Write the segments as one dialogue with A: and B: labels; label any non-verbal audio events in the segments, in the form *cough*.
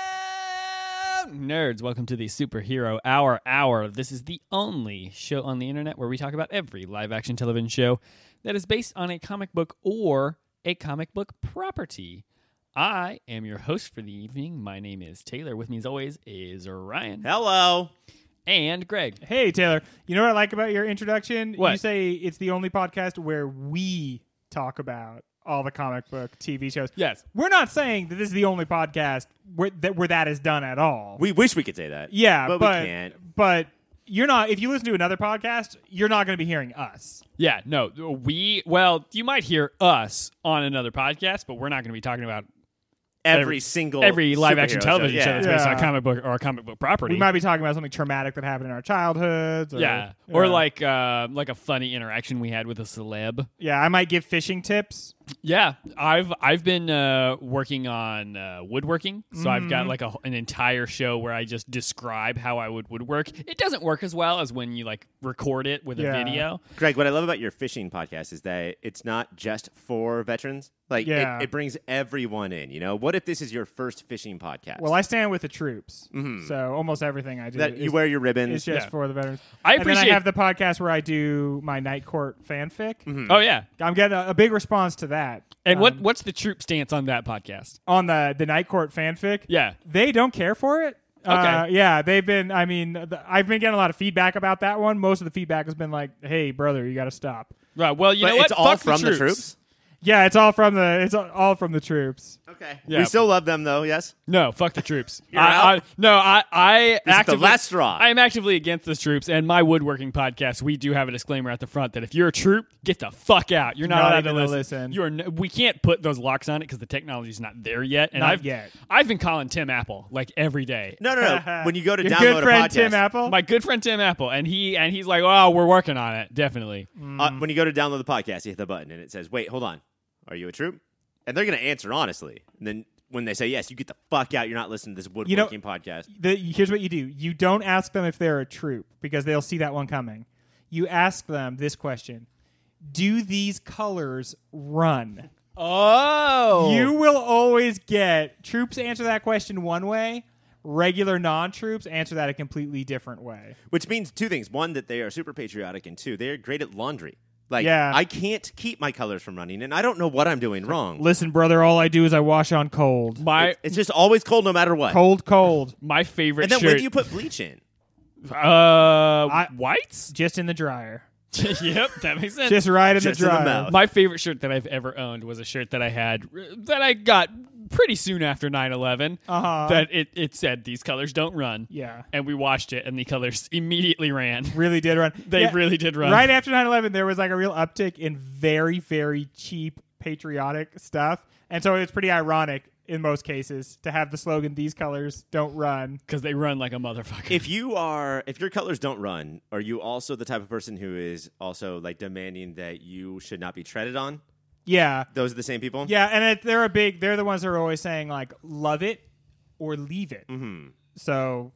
A: Hello, nerds. Welcome to the Superhero Hour Hour. This is the only show on the internet where we talk about every live action television show that is based on a comic book or a comic book property. I am your host for the evening. My name is Taylor. With me, as always, is Ryan
B: Hello.
A: and Greg.
C: Hey Taylor, you know what I like about your introduction? You
A: What?
C: say it's the only podcast where we talk about all the comic book TV shows.
A: Yes.
C: We're not saying that this is the only podcast where that where that is done at all.
B: We wish we could say that.
C: yeah,
B: but,
C: but
B: we can't.
C: But you're not if you listen to another podcast, you're not going to be hearing us.
A: Yeah, no, we, well, you might hear us on another podcast, but we're not going to be talking about
B: Every, single
A: every live action
B: superhero
A: television show, that's
B: Yeah.
A: based on a
C: Yeah.
A: comic book or a comic book property.
C: We might be talking about something traumatic that happened in our childhoods or
A: yeah. Or like uh, like a funny interaction we had with a celeb.
C: Yeah, I might give fishing tips.
A: Yeah, I've I've been uh, working on uh, woodworking, so I've got like a, an entire show where I just describe how I would woodwork. It doesn't work as well as when you like record it with
C: Yeah.
A: a video.
B: Greg, what I love about your fishing podcast is that it's not just for veterans. Like it-
C: Yeah.
B: it, brings everyone in. You know, what if this is your first fishing podcast?
C: Well, I stand with the troops. So almost everything I do
B: Mm-hmm. that you
C: is
B: wear your ribbons.
C: It's just
A: Yeah.
C: for the veterans.
A: I
C: And then
A: appreciate-
C: I have the podcast where I do my night court fanfic.
A: Oh yeah,
C: I'm getting a, a big response to that.
A: and
C: Um,
A: what what's the troop stance on that podcast?
C: on the the night court fanfic?
A: Yeah.
C: they don't care for it. Uh,
A: Okay.
C: yeah, they've been. I mean, the, I've been getting a lot of feedback about that one. Most of the feedback has been like, "Hey, brother, you got to stop."
A: Right. Uh, Well, you
B: but
A: know what?
B: it's all
A: Fuck
B: from
A: the troops.
C: Yeah, it's all from the it's all from the troops.
B: Okay.
A: Yeah.
B: We still love them though. Yes.
A: No, fuck the troops. I,
B: *laughs* You're out?
A: I, no, I, I
B: This is the
A: actively,
B: last straw.
A: I am actively against the troops and my woodworking podcast. We do have a disclaimer at the front that if you're a troop, get the fuck out. You're not,
C: Not
A: allowed
C: even
A: to
C: a
A: listen.
C: listen.
A: You're n- we can't put those locks on it because the technology's not there yet. And
C: Not
A: I've
C: yet.
A: I've been calling Tim Apple like every day.
B: No, no,
C: *laughs*
B: no. when you go to
C: Your
B: download
C: good friend
B: a podcast,
C: Tim Apple.
A: My good friend Tim Apple, and he and he's like, oh, we're working on it, definitely.
B: uh, when you go to download the podcast, you hit the button and it says, "Wait, hold on. Are you a troop?" And they're going to answer honestly. And then when they say yes, you get the fuck out. You're not listening to this woodworking
C: know-
B: podcast.
C: The, here's what you do: you don't ask them if they're a troop because they'll see that one coming. You ask them this question: Do these colors run?
A: Oh,
C: You will always get troops answer that question one way. Regular non-troops answer that a completely different way.
B: Which means two things. One, that they are super patriotic, and two, they're great at laundry. Like,
C: Yeah.
B: I can't keep my colors from running, and I don't know what I'm doing wrong.
C: Listen, brother, all I do is I wash on cold,
A: my
B: It's just always cold no matter what.
C: cold, cold,
A: my favorite
B: and then
A: shirt.
B: when do you put bleach in?
A: uh,
C: I-
A: whites? *laughs*
C: just in the dryer,
A: yep, that makes sense.
C: just right in
B: Just
C: the
B: in the
C: dryer.
B: mouth.
A: My favorite shirt that I've ever owned was a shirt that I had that I got pretty soon after 9/11
C: Uh-huh.
A: that it it said these colors don't run.
C: Yeah.
A: And we washed it and the colors immediately ran. *laughs*
C: Really did run.
A: They
C: Yeah,
A: really did run.
C: Right after 9/11, there was like a real uptick in very, very cheap patriotic stuff, and so it's pretty ironic in most cases to have the slogan "These colors don't run."
A: Cuz they run like a motherfucker.
B: If you are, if your colors don't run, are you also the type of person who is also like demanding that you should not be treaded on?
C: Yeah,
B: Those are the same people.
C: Yeah, and it, they're a big. They're the ones that are always saying like, "Love it or leave it."
A: Mm-hmm.
C: So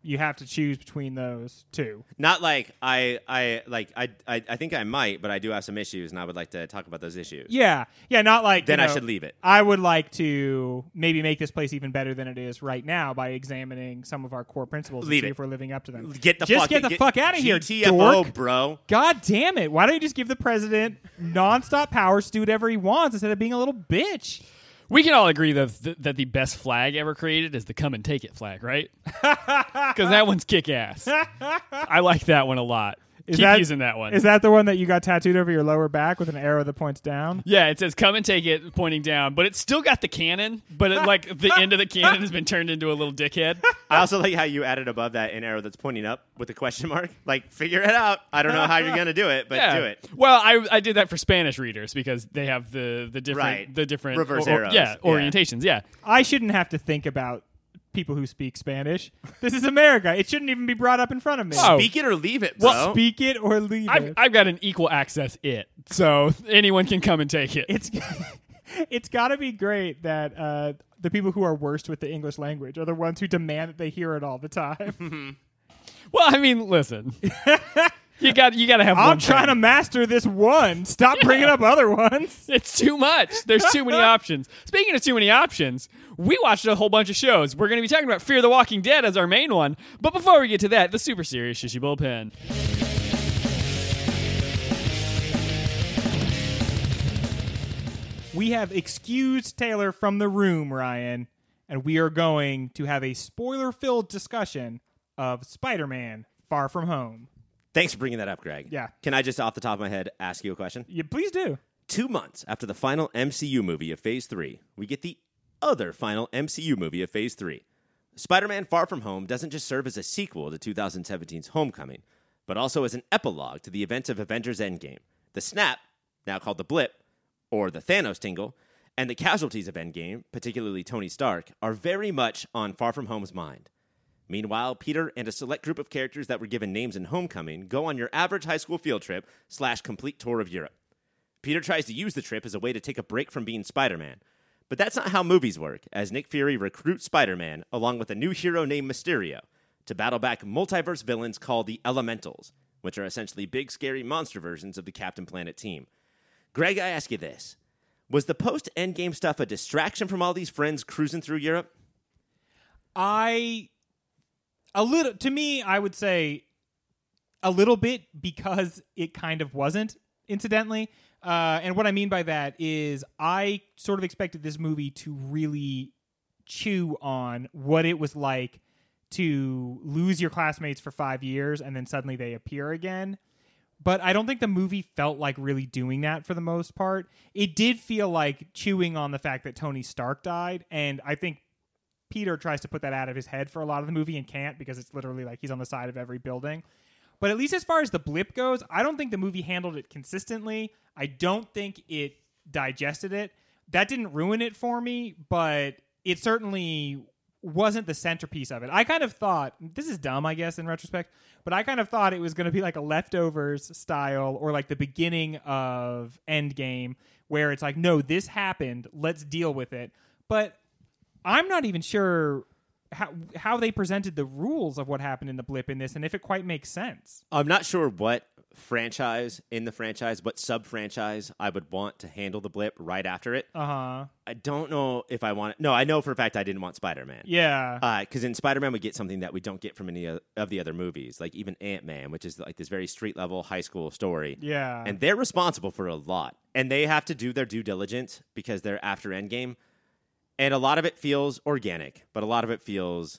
C: you have to choose between those two.
B: Not like I, I like I, I, I think I might, but I do have some issues, and I would like to talk about those issues.
C: Yeah, yeah. Not like
B: Then
C: you
B: I
C: know,
B: should leave it.
C: I would like to maybe make this place even better than it is right now by examining some of our core principles and
B: Leave
C: see
B: it.
C: if we're living up to them.
B: Get the
C: just
B: fuck,
C: get the fuck out of here,
B: GTFO,
C: dork.
B: bro.
C: God damn it! Why don't you just give the president nonstop powers to do whatever he wants instead of being a little bitch?
A: we can all agree that th- that the best flag ever created is the come and take it flag,
C: *laughs*
A: right? Cuz that one's kick ass. I like that one a lot. Keep using that one.
C: Is that the one that you got tattooed over your lower back with an arrow that points down?
A: Yeah, it says come and take it, pointing down, but it's still got the cannon, but it, like the end of the
C: *laughs*
A: cannon has been turned into a little dickhead.
B: I also like how you added above that an arrow that's pointing up with a question *laughs* mark. Like, figure it out. I don't know how you're gonna do it, but
A: Yeah.
B: do it.
A: Well, I, I did that for Spanish readers because they have the the different
B: Right.
A: the different
B: Reverse
A: or- or-
B: arrows.
A: yeah,
B: Yeah.
A: orientations. Yeah,
C: I shouldn't have to think about people who speak Spanish. This is America. It shouldn't even be brought up in front of me.
A: Oh.
B: Speak it or leave it, bro.
C: Speak it or leave
A: I've,
C: it.
A: I've got an equal access it, so anyone can come and take it.
C: it's *laughs* it's got to be great that uh, the people who are worst with the English language are the *laughs* ones who demand that they hear it all the time.
B: *laughs*
A: well, I mean, listen, You got you got to have one.
C: I'm trying to master this one. Stop bringing up other ones.
A: It's too much. There's too
B: *laughs*
A: many options. Speaking of too many options, we watched a whole bunch of shows. We're going to be talking about Fear the Walking Dead as our main one. But before we get to that, the super serious Shishi Bullpen.
C: We have excused Taylor from the room, Ryan, and we are going to have a spoiler-filled discussion of Spider-Man: Far From Home.
B: Thanks for bringing that up, Greg.
C: Yeah.
B: Can I just off the top of my head ask you a question?
C: Yeah, please do.
B: Two months after the final MCU movie of Phase 3, we get the other final MCU movie of Phase 3. Spider Man Far From Home doesn't just serve as a sequel to 2017's Homecoming, but also as an epilogue to the events of Avengers Endgame, the snap, now called the blip, or the Thanos tingle, and the casualties of Endgame, particularly Tony Stark, are very much on Far From Home's mind. Meanwhile, Peter and a select group of characters that were given names in Homecoming go on your average high school field trip slash complete tour of Europe. Peter tries to use the trip as a way to take a break from being Spider Man. But that's not how movies work, as Nick Fury recruits Spider Man, along with a new hero named Mysterio, to battle back multiverse villains called the Elementals, which are essentially big, scary monster versions of the Captain Planet team. Greg, I ask you this Was the post endgame stuff a distraction from all these friends cruising through Europe?
C: I a little to me, I would say a little bit because it kind of wasn't, incidentally. Uh, and what I mean by that is I sort of expected this movie to really chew on what it was like to lose your classmates for five years and then suddenly they appear again. But I don't think the movie felt like really doing that for the most part. It did feel like chewing on the fact that Tony Stark died. And I think Peter tries to put that out of his head for a lot of the movie and can't because it's literally like he's on the side of every building. But at least as far as the blip goes, I don't think the movie handled it consistently. I don't think it digested it. That didn't ruin it for me, but it certainly wasn't the centerpiece of it. I kind of thought this is dumb, I guess, in retrospect, but I kind of thought it was going to be like a leftovers style or like the beginning of Endgame, where it's like, no, this happened. Let's deal with it. But I'm not even sure how how they presented the rules of what happened in the blip in this, and if it quite makes sense.
B: I'm not sure what franchise in the franchise, what sub franchise I would want to handle the blip right after it.
C: Uh huh.
B: I don't know if I want. No, I know for a fact I didn't want Spider Man.
C: Yeah.
B: Because Uh, in Spider Man, we get something that we don't get from any o- of the other movies, like even Ant Man, which is like this very street level high school story.
C: yeah.
B: And they're responsible for a lot. And they have to do their due diligence because they're after Endgame. And a lot of it feels organic, but a lot of it feels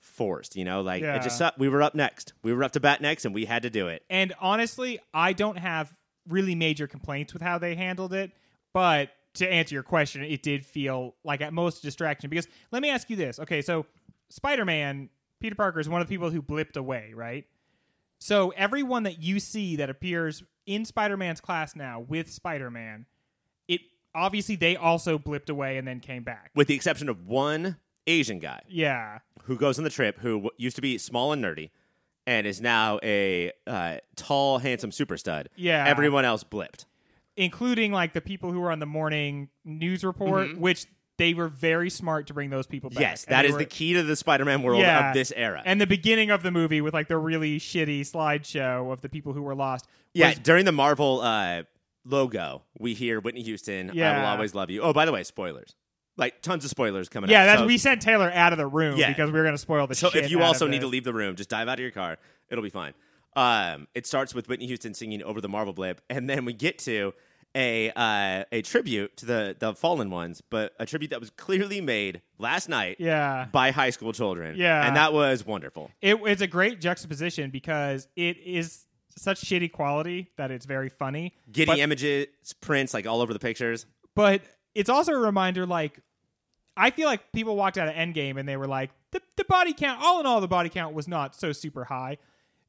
B: forced, you know? Like,
C: Yeah.
B: it just sucked. We were up next. We were up to bat next, and we had to do it.
C: and honestly, I don't have really major complaints with how they handled it, but to answer your question, it did feel like at most a distraction. Because let me ask you this. Okay, so Spider Man, Peter Parker is one of the people who blipped away, right? So everyone that you see that appears in Spider Man's class now with Spider Man, it obviously they also blipped away and then came back.
B: With the exception of one Asian guy
C: Yeah.
B: who goes on the trip who w- used to be small and nerdy and is now a uh, tall, handsome super stud.
C: Yeah.
B: Everyone else blipped.
C: including like the people who were on the morning news report, which they were very smart to bring those people back.
B: Mm-hmm. Yes,
C: And
B: that
C: they
B: is
C: were-
B: the key to the Spider Man world
C: Yeah.
B: of this era.
C: And the beginning of the movie with like the really shitty slideshow of the people who were lost.
B: Yeah,
C: was-
B: during the Marvel uh, logo, we hear Whitney Houston, I will
C: Yeah.
B: always love you. Oh, by the way, spoilers. Like tons of spoilers coming
C: yeah.
B: up.
C: That's
B: so,
C: we sent Taylor out of the room
B: Yeah.
C: because we were going to spoil the
B: So
C: shit.
B: if you
C: out
B: also
C: of
B: need to
C: this.
B: leave the room, just dive out of your car. It'll be fine. Um, it starts with Whitney Houston singing over the Marvel blip, and then we get to a uh, a tribute to the the fallen ones, but a tribute that was clearly made last night
C: yeah,
B: by high school children.
C: Yeah.
B: and that was wonderful.
C: it, it's a great juxtaposition because it is such shitty quality that it's very funny.
B: Giddy
C: But-
B: images, prints like all over the pictures.
C: but it's also a reminder like i feel like people walked out of endgame and they were like the, the body count all in all the body count was not so super high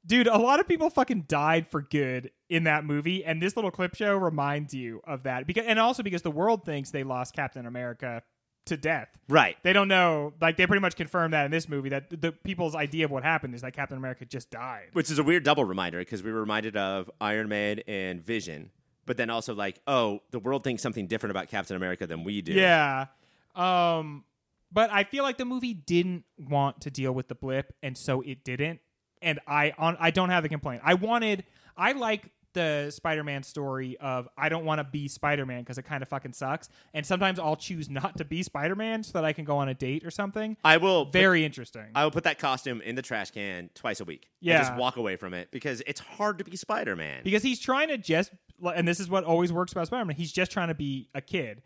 C: dude a lot of people fucking died for good in that movie and this little clip show reminds you of that because and also because the world thinks they lost captain america to death
B: Right.
C: they don't know like they pretty much confirmed that in this movie that the people's idea of what happened is that captain america just died
B: Which is a weird double reminder because we were reminded of Iron Man and Vision, but then also like, oh, the world thinks something different about Captain America than we do.
C: Yeah. Um but I feel like the movie didn't want to deal with the blip and so it didn't and I on I don't have a complaint. I wanted I like the Spider-Man story of I don't want to be Spider-Man because it kind of fucking sucks, and sometimes I'll choose not to be Spider-Man so that I can go on a date or something.
B: I will put-
C: Very interesting.
B: I will put that costume in the trash can twice a week. and
C: Yeah.
B: just walk away from it because it's hard to be Spider Man.
C: because he's trying to just and this is what always works about spider-man he's just trying to be a kid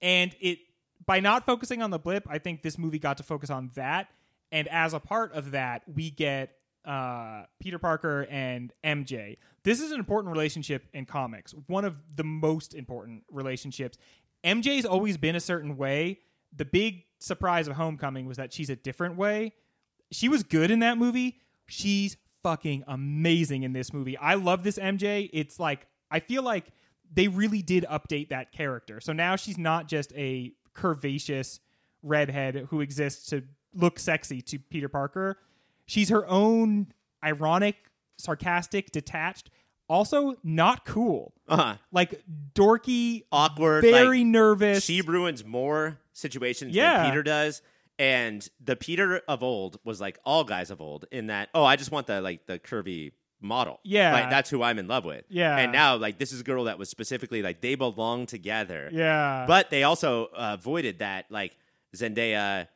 C: and it by not focusing on the blip i think this movie got to focus on that and as a part of that we get uh, peter parker and mj this is an important relationship in comics one of the most important relationships mj's always been a certain way the big surprise of homecoming was that she's a different way she was good in that movie. She's fucking amazing in this movie. I love this MJ. It's like I feel like they really did update that character. So now she's not just a curvaceous redhead who exists to look sexy to Peter Parker. She's her own ironic, sarcastic, detached, also not cool.
B: uh-huh.
C: Like dorky,
B: Awkward.
C: very
B: like,
C: nervous.
B: She ruins more situations
C: Yeah.
B: than Peter does. And the Peter of old was like all guys of old in that, oh, I just want the like the curvy model.
C: Yeah.
B: Like that's who I'm in love with.
C: Yeah.
B: And now like this is a girl that was specifically like they belong together.
C: yeah.
B: But they also uh, avoided that, like Zendaya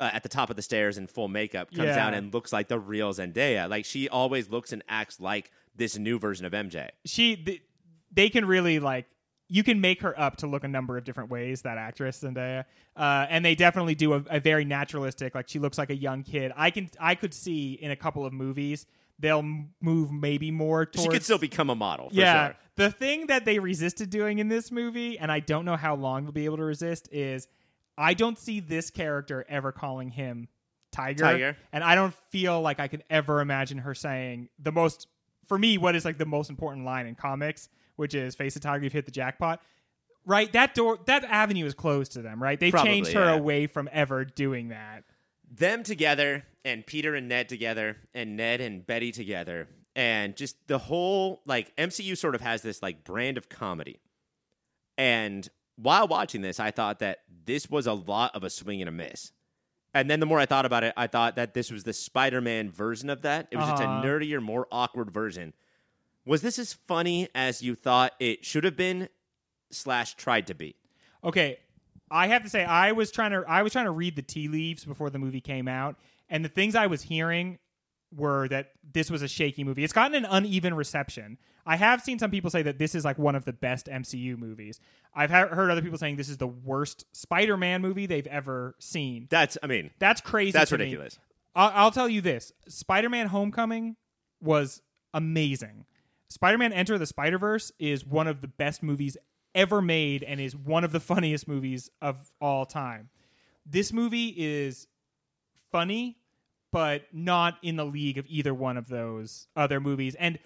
B: uh, at the top of the stairs in full makeup comes
C: Yeah.
B: down and looks like the real Zendaya. Like she always looks and acts like this new version of MJ.
C: she th- they can really like you can make her up to look a number of different ways that actress Zendaya, uh, and they definitely do a, a very naturalistic like she looks like a young kid. I can I could see in a couple of movies they'll m- move maybe more towards
B: she could still become a model. For
C: yeah.
B: Sure.
C: The thing that they resisted doing in this movie, and I don't know how long they'll be able to resist, is I don't see this character ever calling him Tiger.
B: Tiger.
C: And I don't feel like I can ever imagine her saying the most, for me, what is like the most important line in comics, which is face the tiger, you've hit the jackpot. Right? That door, that avenue is closed to them, right? They
B: Probably,
C: changed her
B: yeah.
C: away from ever doing that.
B: Them together and Peter and Ned together and Ned and Betty together and just the whole like MCU sort of has this like brand of comedy. And while watching this, I thought that this was a lot of a swing and a miss. And then the more I thought about it, I thought that this was the Spider Man version of that. It was just a
C: Uh-huh.
B: nerdier, more awkward version. Was this as funny as you thought it should have been, slash, tried to be?
C: Okay, I have to say I was trying to I was trying to read the tea leaves before the movie came out, and the things I was hearing were that this was a shaky movie. It's gotten an uneven reception. I have seen some people say that this is like one of the best MCU movies. I've he- heard other people saying this is the worst Spider-Man movie they've ever seen.
B: That's, I mean,
C: That's crazy.
B: that's
C: to me.
B: ridiculous.
C: I'll, I'll tell you this: Spider-Man: Homecoming was amazing. Spider-Man: Enter the Spider-Verse is one of the best movies ever made, and is one of the *laughs* funniest movies of all time. This movie is funny, but not in the league of either one of those other movies, and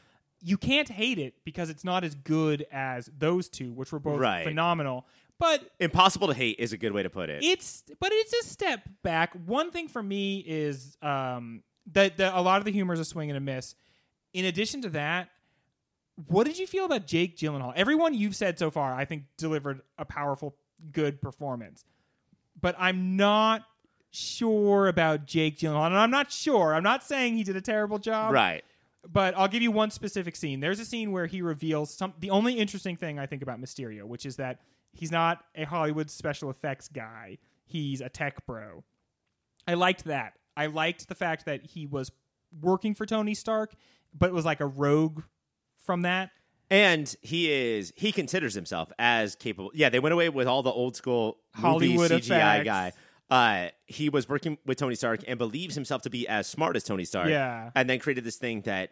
C: you can't hate it because it's not as good as those two, which were both
B: Right.
C: phenomenal. But
B: Impossible to hate is a good way to put it.
C: it's but it's a step back. One thing for me is um that that a lot of the humor is a swing and a miss. In addition to that, what did you feel about Jake Gyllenhaal? Everyone you've said so far, I think, delivered a powerful, good performance. But I'm not sure about Jake Gyllenhaal, and I'm not sure. I'm not saying he did a terrible job,
B: right.
C: but I'll give you one specific scene. There's a scene where he reveals some the only interesting thing I think about Mysterio, which is that he's not a Hollywood special effects guy. He's a tech bro. I liked that. I liked the fact that he was working for Tony Stark, but was like a rogue from that.
B: And he is he considers himself as capable. Yeah, they went away with all the old school
C: Hollywood
B: movie CGI
C: effects.
B: guy. Uh, he was working with Tony Stark and believes himself to be as smart as Tony Stark.
C: Yeah.
B: and then created this thing that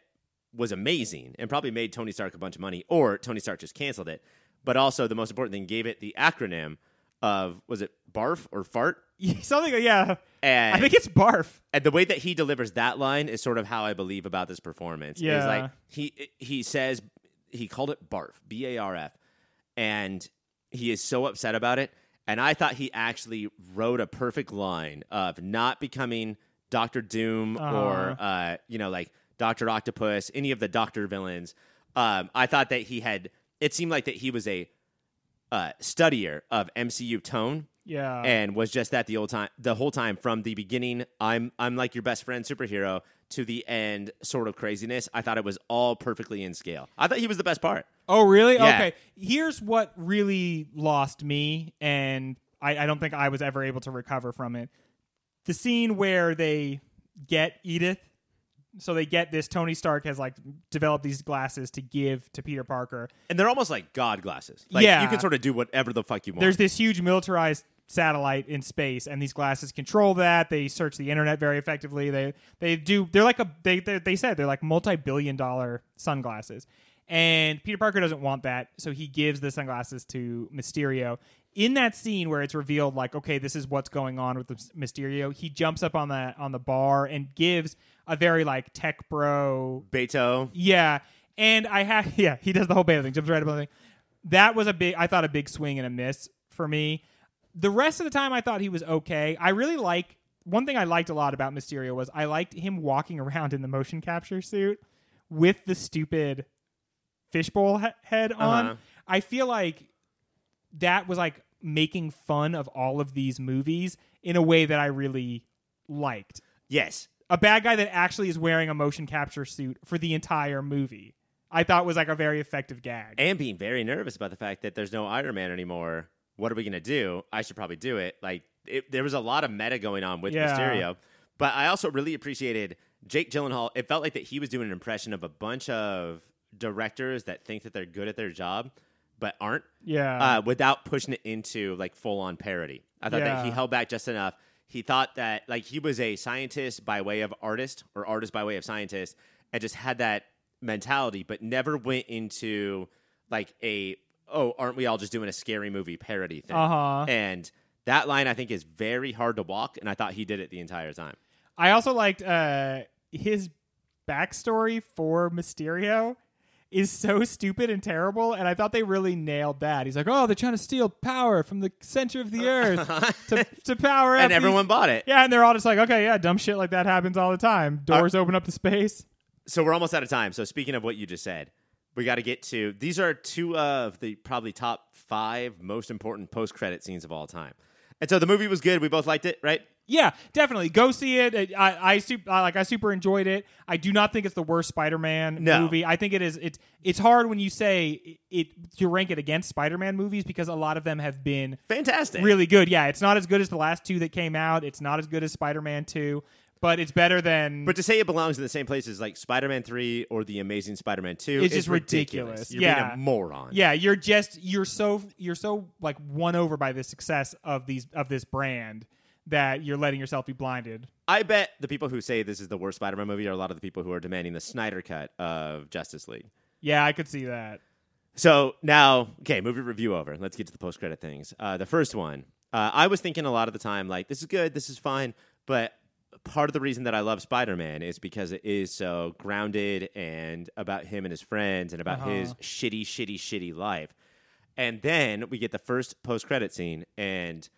B: was amazing and probably made Tony Stark a bunch of money, or Tony Stark just canceled it. But also, the most important thing, gave it the acronym of was it barf or fart?
C: Something yeah. *laughs*
B: And
C: I think it's barf.
B: and the way that he delivers that line is sort of how I believe about this performance. It's
C: Yeah.
B: like he he says he called it barf, B A R F, and he is so upset about it. And I thought he actually wrote a perfect line of not becoming Doctor Doom or uh, you know like Doctor Octopus, any of the Doctor villains. Um, I thought that he had. It seemed like that he was a uh, studier of MCU tone
C: Yeah.
B: and was just that the old time the whole time from the beginning i'm i'm like your best friend superhero to the end sort of craziness i thought it was all perfectly in scale i thought he was the best part
C: Oh, really?
B: Yeah.
C: Okay. Here's what really lost me, and I, I don't think I was ever able to recover from it. The scene where they get Edith. So they get this. Tony Stark has like developed these glasses to give to Peter Parker.
B: and they're almost like god glasses like
C: Yeah.
B: you can sort of do whatever the fuck you want
C: There's this huge militarized satellite in space, and these glasses control that. They search the internet very effectively. They they do. They're like a they they, they said they're like multi billion dollar sunglasses. And Peter Parker doesn't want that, so he gives the sunglasses to Mysterio. In that scene where it's revealed, like, okay, this is what's going on with the s- Mysterio, he jumps up on the on the bar and gives a very like tech bro
B: beto
C: yeah, and I have *laughs* yeah, he does the whole Beta thing, jumps right up on the thing. That was a big, I thought a big swing and a miss for me. The rest of the time, I thought he was okay. I really like one thing I liked a lot about Mysterio was I liked him walking *laughs* around in the motion capture suit with the stupid fishbowl he- head on.
B: Uh-huh.
C: I feel like that was like making fun of all of these movies in a way that I really liked
B: yes
C: a bad guy that actually is wearing a motion capture suit for the entire movie. I thought was like a very effective gag.
B: and being very nervous about the fact that there's no iron man anymore what are we gonna do i should probably do it like it, there was a lot of meta going on with
C: Yeah.
B: mysterio but i also really appreciated jake gyllenhaal it felt like that he was doing an impression of a bunch of directors that think that they're good at their job but aren't
C: yeah.
B: uh, without pushing it into like full on parody. I thought that he
C: Yeah.
B: held back just enough. He thought that like he was a scientist by way of artist or artist by way of scientist and just had that mentality, but never went into like a, oh, aren't we all just doing a scary movie parody thing?
C: Uh-huh.
B: And that line I think is very hard to walk. And I thought he did it the entire time.
C: I also liked uh, his backstory for Mysterio is so stupid and terrible, and I thought they really nailed that. He's like, "Oh, they're trying to steal power from the center
B: *laughs*
C: of the earth to, to power up."
B: And
C: these-
B: everyone bought it.
C: yeah, and they're all just like, "Okay, yeah, dumb shit like that happens all the time.
B: Uh,
C: Doors open up to space."
B: so we're almost out of time. So speaking of what you just said, we got to get to these are two of the probably top five most important post credit scenes of all time. And so the movie was good. We both liked it, right?
C: Yeah, definitely go see it. I I, I, sup- I like I super enjoyed it. I do not think it's the worst Spider-Man
B: No.
C: movie. I think it is. It's it's hard when you say it, it to rank it against Spider-Man movies because a lot of them have been
B: Fantastic.
C: really good. Yeah, it's not as good as the last two that came out. It's not as good as Spider-Man Two, but it's better than.
B: But to say it belongs in the same place as like Spider Man 3 or The Amazing Spider Man 2
C: It's
B: is
C: just ridiculous.
B: You're
C: Yeah.
B: being a moron.
C: yeah, you're just you're so you're so like won over by the success of these of this brand that you're letting yourself be blinded.
B: I bet the people who say this is the worst Spider Man movie are a lot of the people who are demanding the Snyder cut of Justice League.
C: Yeah, I could see that.
B: So now, okay, movie review over. Let's get to the post credit things. Uh, the first one, uh, I was thinking a lot of the time, like, this is good, this is fine, but part of the reason that I love Spider Man is because it is so grounded and about him and his friends and about his
C: Uh-huh.
B: shitty, shitty, shitty life. And then we get the first post credit scene, and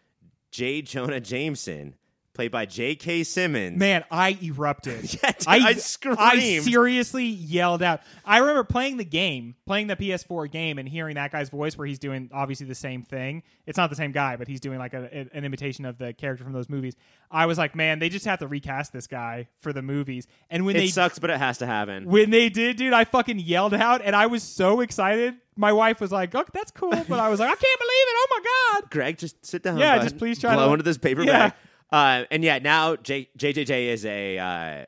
B: J. Jonah Jameson, played by J.K. Simmons.
C: Man, I erupted.
B: *laughs* Yeah, dude, I screamed.
C: I seriously yelled out. I remember playing the game, playing the PS4 game, and hearing that guy's voice where he's doing obviously the same thing. It's not the same guy, but he's doing like a, a- an imitation of the character from those movies. I was like, man, they just have to recast this guy for the movies. And when
B: It
C: they
B: sucks, but it has to happen.
C: when they did, dude, I fucking yelled out, and I was so excited. My wife was like, "Oh, that's cool," but I was like, "I can't believe it! Oh my god!"
B: Greg, just sit down.
C: Yeah,
B: bud.
C: just please try
B: blow
C: to-
B: into this paper
C: Yeah.
B: bag. Uh, and yeah, now J- JJJ is a uh,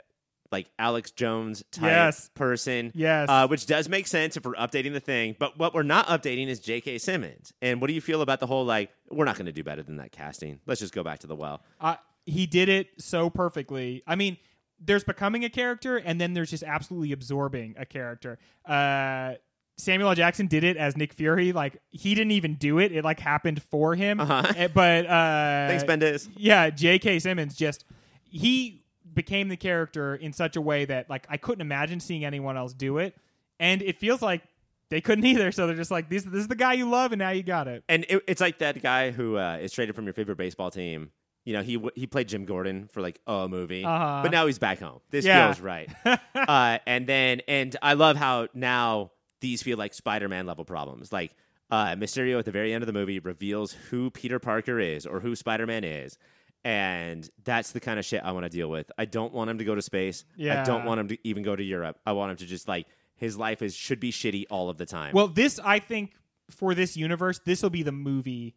B: like Alex Jones type
C: Yes.
B: person.
C: Yes.
B: uh, which does make sense if we're updating the thing. But what we're not updating is J.K. Simmons. And what do you feel about the whole like we're not going to do better than that casting? Let's just go back to the well.
C: I, he did it so perfectly. I mean, there's becoming a character, and then there's just absolutely absorbing a character. Uh, Samuel L. Jackson did it as Nick Fury. Like he didn't even do it; it like happened for him.
B: Uh-huh.
C: *laughs* Eh, But uh,
B: Thanks, Bendis.
C: yeah, J.K. Simmons just he became the character in such a way that like I couldn't imagine seeing anyone else do it, and it feels like they couldn't *laughs* either. So they're just like, "This, this is the guy you love, and now you got it."
B: And it, it's like that guy who uh, is traded from your favorite baseball team. You know, he w- he played Jim Gordon for like a movie,
C: Uh-huh.
B: but now he's back home. This
C: Yeah. *laughs*
B: feels right. uh, and then, and I love how now these feel like Spider Man level problems. Like Uh, Mysterio at the very end of the movie reveals who Peter Parker is or who Spider Man is. And that's the kind of shit I want to deal with. I don't want him to go to space. I don't
C: Yeah.
B: want him to even go to Europe. I want him to just like his life is should be shitty all of the time.
C: Well, this I think for this universe, this will be the movie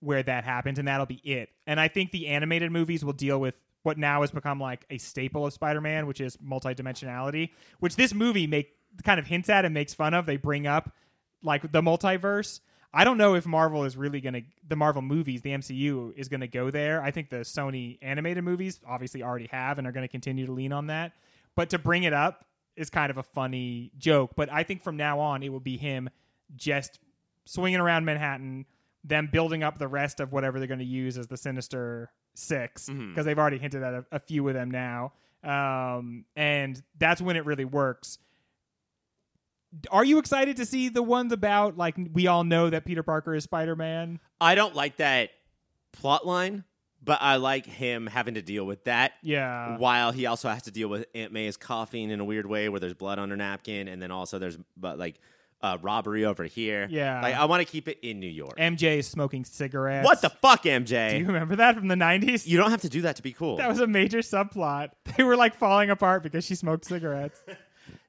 C: where that happens, and that'll be it. And I think the animated movies will deal with what now has become like a staple of Spider-Man, which is multidimensionality, which this movie make kind of hints at and makes fun of. They bring up like the multiverse. I don't know if Marvel is really going to the Marvel movies, the MCU is going to go there. I think the Sony animated movies obviously already have and are going to continue to lean on that. But to bring it up is kind of a funny joke. But I think from now on, it will be him just swinging around Manhattan, them building up the rest of whatever they're going to use as the Sinister Six, because
B: Mm-hmm.
C: they've already hinted at a, a few of them now. Um, and that's when it really works. Are you excited to see the ones about like we all know that Peter Parker is Spider Man?
B: I don't like that plot line, but I like him having to deal with that
C: Yeah,
B: while he also has to deal with Aunt May's coughing in a weird way where there's blood on her napkin and then also there's but like uh, robbery over here.
C: Yeah.
B: Like I want to keep it in New York.
C: MJ is smoking cigarettes.
B: what the fuck,
C: Do
B: MJ?
C: you
B: You-,
C: remember that from the nineties?
B: don't have to do that to be cool.
C: That was a major subplot. *laughs* They were like falling apart because she smoked cigarettes.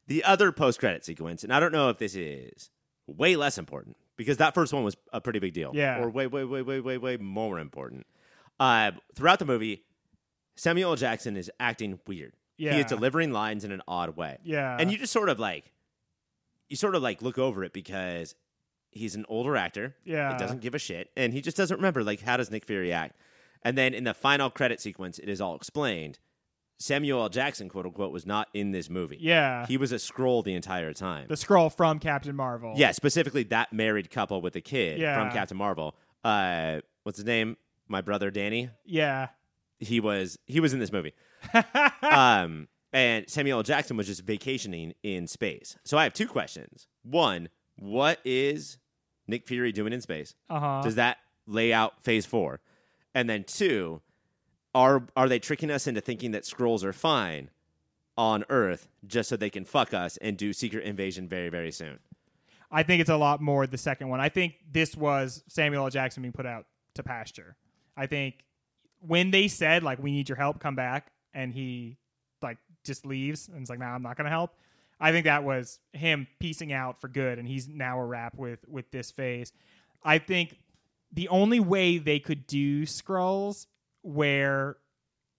B: the other post credit sequence, and I don't know if this is way less important because that first one was a pretty big deal.
C: Yeah.
B: Or way, way, way, way, way, way more important. Uh, throughout the movie, Samuel L. Jackson is acting weird. He
C: Yeah.
B: is delivering lines in an odd way.
C: Yeah.
B: And you just sort of like, you sort of like look over it because he's an older actor.
C: Yeah.
B: He doesn't give a shit. And he just doesn't remember, like, how does Nick Fury act? And then in the final credit sequence, it is all explained. Samuel L. Jackson, quote unquote, was not in this movie.
C: Yeah.
B: He was a scroll the entire time.
C: the scroll from Captain Marvel.
B: yeah, specifically that married couple with the kid
C: Yeah.
B: from Captain Marvel. Uh, what's his name? My brother Danny.
C: Yeah.
B: He was he was in this movie. um, and Samuel L. Jackson was just vacationing in space. So I have two questions. One, what is Nick Fury doing in space?
C: Uh huh.
B: Does that lay out phase four? And then two, are are they tricking us into thinking that scrolls are fine on Earth just so they can fuck us and do secret invasion very, very soon?
C: I think it's a lot more the second one. I think this was Samuel L. Jackson being put out to pasture. I think when they said like we need your help, come back, and he like just leaves and it's like, nah, I'm not gonna help. I think that was him piecing out for good, and he's now a wrap with with this phase. I think the only way they could do scrolls where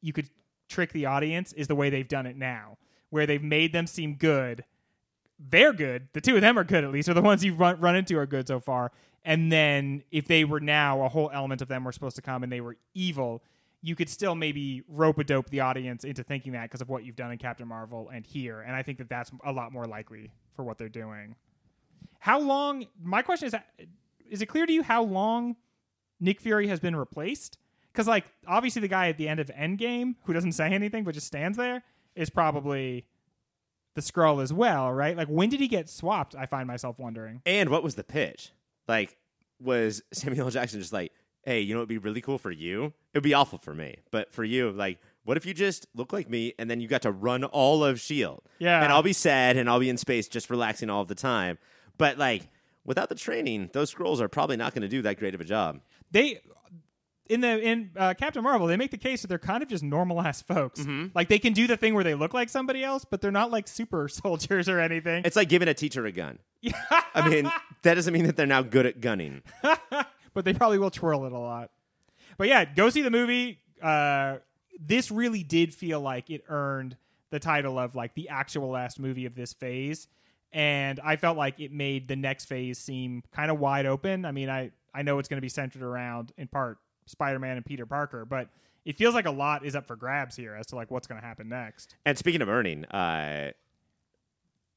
C: you could trick the audience is the way they've done it now, where they've made them seem good. They're good. The two of them are good, at least, or the ones you've run, run into are good so far. And then if they were now, a whole element of them were supposed to come and they were evil, you could still maybe rope a dope the audience into thinking that because of what you've done in Captain Marvel and here. And I think that that's a lot more likely for what they're doing. How long? My question is Is it clear to you how long Nick Fury has been replaced? Because like obviously the guy at the end of Endgame who doesn't say anything but just stands there is probably the Skrull as well, right? Like when did he get swapped? I find myself wondering.
B: And what was the pitch? Like, was Samuel L. Jackson just like, hey, you know what'd be really cool for you? It would be awful for me. But for you, like, what if you just look like me and then you got to run all of S.H.I.E.L.D.?
C: Yeah.
B: E And I'll be sad and I'll be in space just relaxing all of the time. But like, without the training, those scrolls are probably not going to do that great of a job.
C: They in the in uh, Captain Marvel they make the case that they're kind of just normal ass folks. Like they can do the thing where they look like somebody else, but they're not like super *laughs* soldiers or anything.
B: It's like giving a teacher a gun. I mean, that doesn't mean that they're now good at gunning.
C: but they probably will twirl it a lot. But yeah, go see the movie. Uh, this really did feel like it earned the title of like the actual last movie of this phase, and I felt like it made the next phase seem kind of wide open. I mean, I I know it's going to be centered around in part Spider-Man and Peter Parker, but it feels like a lot is up for grabs here as to like what's going to happen next.
B: And speaking of earning, uh,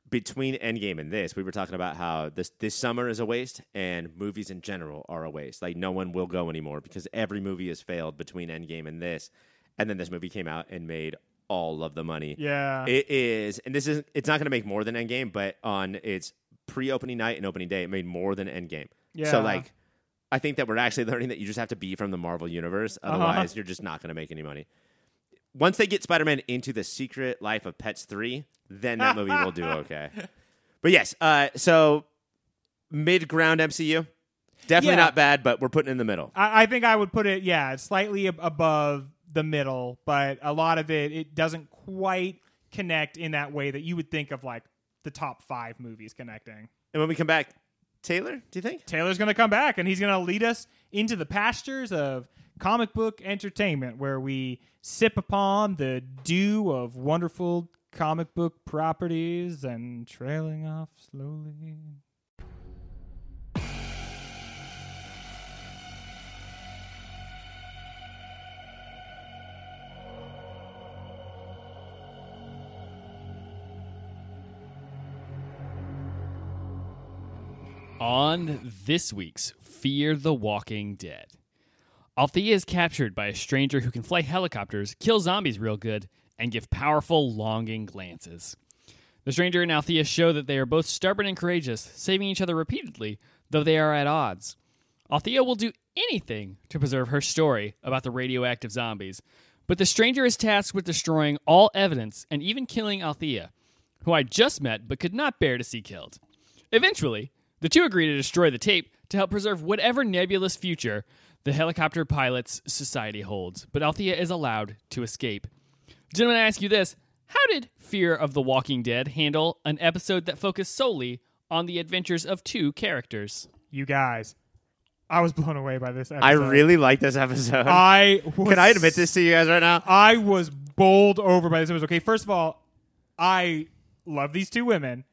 B: between Endgame and this, we were talking about how this this summer is a waste, and movies in general are a waste. Like no one will go anymore because every movie has failed between Endgame and this, and then this movie came out and made all of the money.
C: Yeah.
B: It is, and this is it's not going to make more than Endgame, but on its pre-opening night and opening day, it made more than Endgame.
C: Yeah.
B: So like, I think that we're actually learning that you just have to be from the Marvel universe,
C: Uh-huh.
B: otherwise you're just not going to make any money. Once they get Spider-Man into the Secret
C: *laughs*
B: Life of Pets three, then that movie will do okay. But yes, uh, so mid ground MCU. Definitely
C: Yeah.
B: not bad, but we're putting in the middle.
C: I, I think I would put it, yeah, slightly ab- above the middle, but a lot of it it doesn't quite connect in that way that you would think of like the top five movies connecting.
B: And when we come back, Taylor, do you think?
C: Taylor's going to come back and he's going to lead us into the pastures of comic book entertainment where we sip upon the dew of wonderful comic book properties and trailing off slowly.
A: On this week's Fear the Walking Dead, Althea is captured by a stranger who can fly helicopters, kill zombies real good, and give powerful, longing glances. The stranger and Althea show that they are both stubborn and courageous, saving each other repeatedly, though they are at odds. Althea will do anything to preserve her story about the radioactive zombies, but the stranger is tasked with destroying all evidence and even killing Althea, who I just met but could not bear to see killed. Eventually, the two agree to destroy the tape to help preserve whatever nebulous future the helicopter pilots' society holds, but Althea is allowed to escape. Gentlemen, I ask you this How did Fear of the Walking Dead handle an episode that focused solely on the adventures of two characters?
C: You guys, I was blown away by this episode.
B: I really like this episode.
C: I was,
B: Can I admit this to you guys right now?
C: I was bowled over by this episode. Okay, first of all, I love these two women.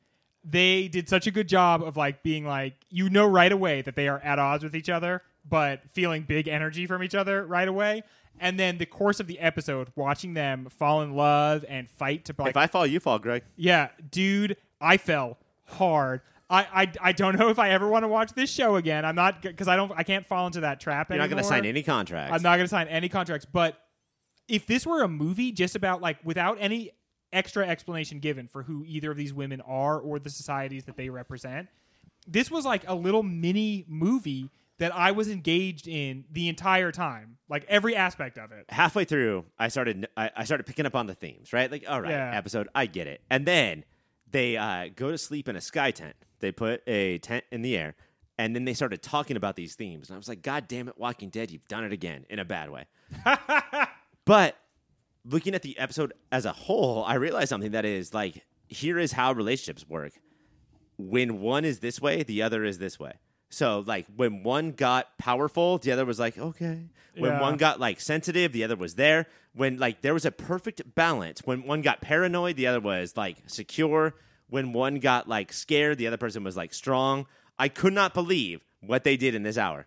C: They did such a good job of like being like you know right away that they are at odds with each other, but feeling big energy from each other right away. And then the course of the episode, watching them fall in love and fight to like
B: If I fall, you fall, Greg.
C: yeah, dude, I fell hard. I, I, I don't know if I ever want to watch this show again. I'm not because I don't I can't fall into that trap
B: You're not
C: anymore.
B: going to sign any contracts.
C: I'm not going to sign any contracts. But if this were a movie, just about like without any extra explanation given for who either of these women are or the societies that they represent, this was like a little mini movie that I was engaged in the entire time, like every aspect of it.
B: halfway through, I started I, I started picking up on the themes, right? Like, all right,
C: Yeah.
B: episode, I get it. And then they uh, go to sleep in a sky tent. They put a tent in the air, and then they started talking about these themes. And I was like, God damn it, Walking Dead, you've done it again in a
C: *laughs*
B: bad way. but looking at the episode as a whole, I realized something that is like, here is how relationships work. When one is this way, the other is this way. So, like, when one got powerful, the other was like, okay. When
C: Yeah.
B: one got like sensitive, the other was there. When like there was a perfect balance. When one got paranoid, the other was like secure. When one got like scared, the other person was like strong. I could not believe what they did in this hour.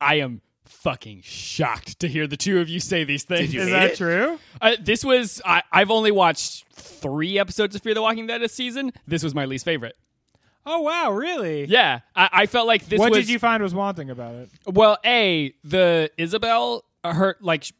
A: I am fucking shocked to hear the two of you say these things.
B: you
C: Is
B: hate
C: that
B: it?
C: true?
A: Uh, this was I, I've only watched three episodes of Fear the Walking Dead this season. This was my least favorite.
C: Oh wow, really?
A: Yeah, I, I felt like this.
C: What
A: was,
C: did you find was wanting about it?
A: Well, a the Isabel uh, her like sh-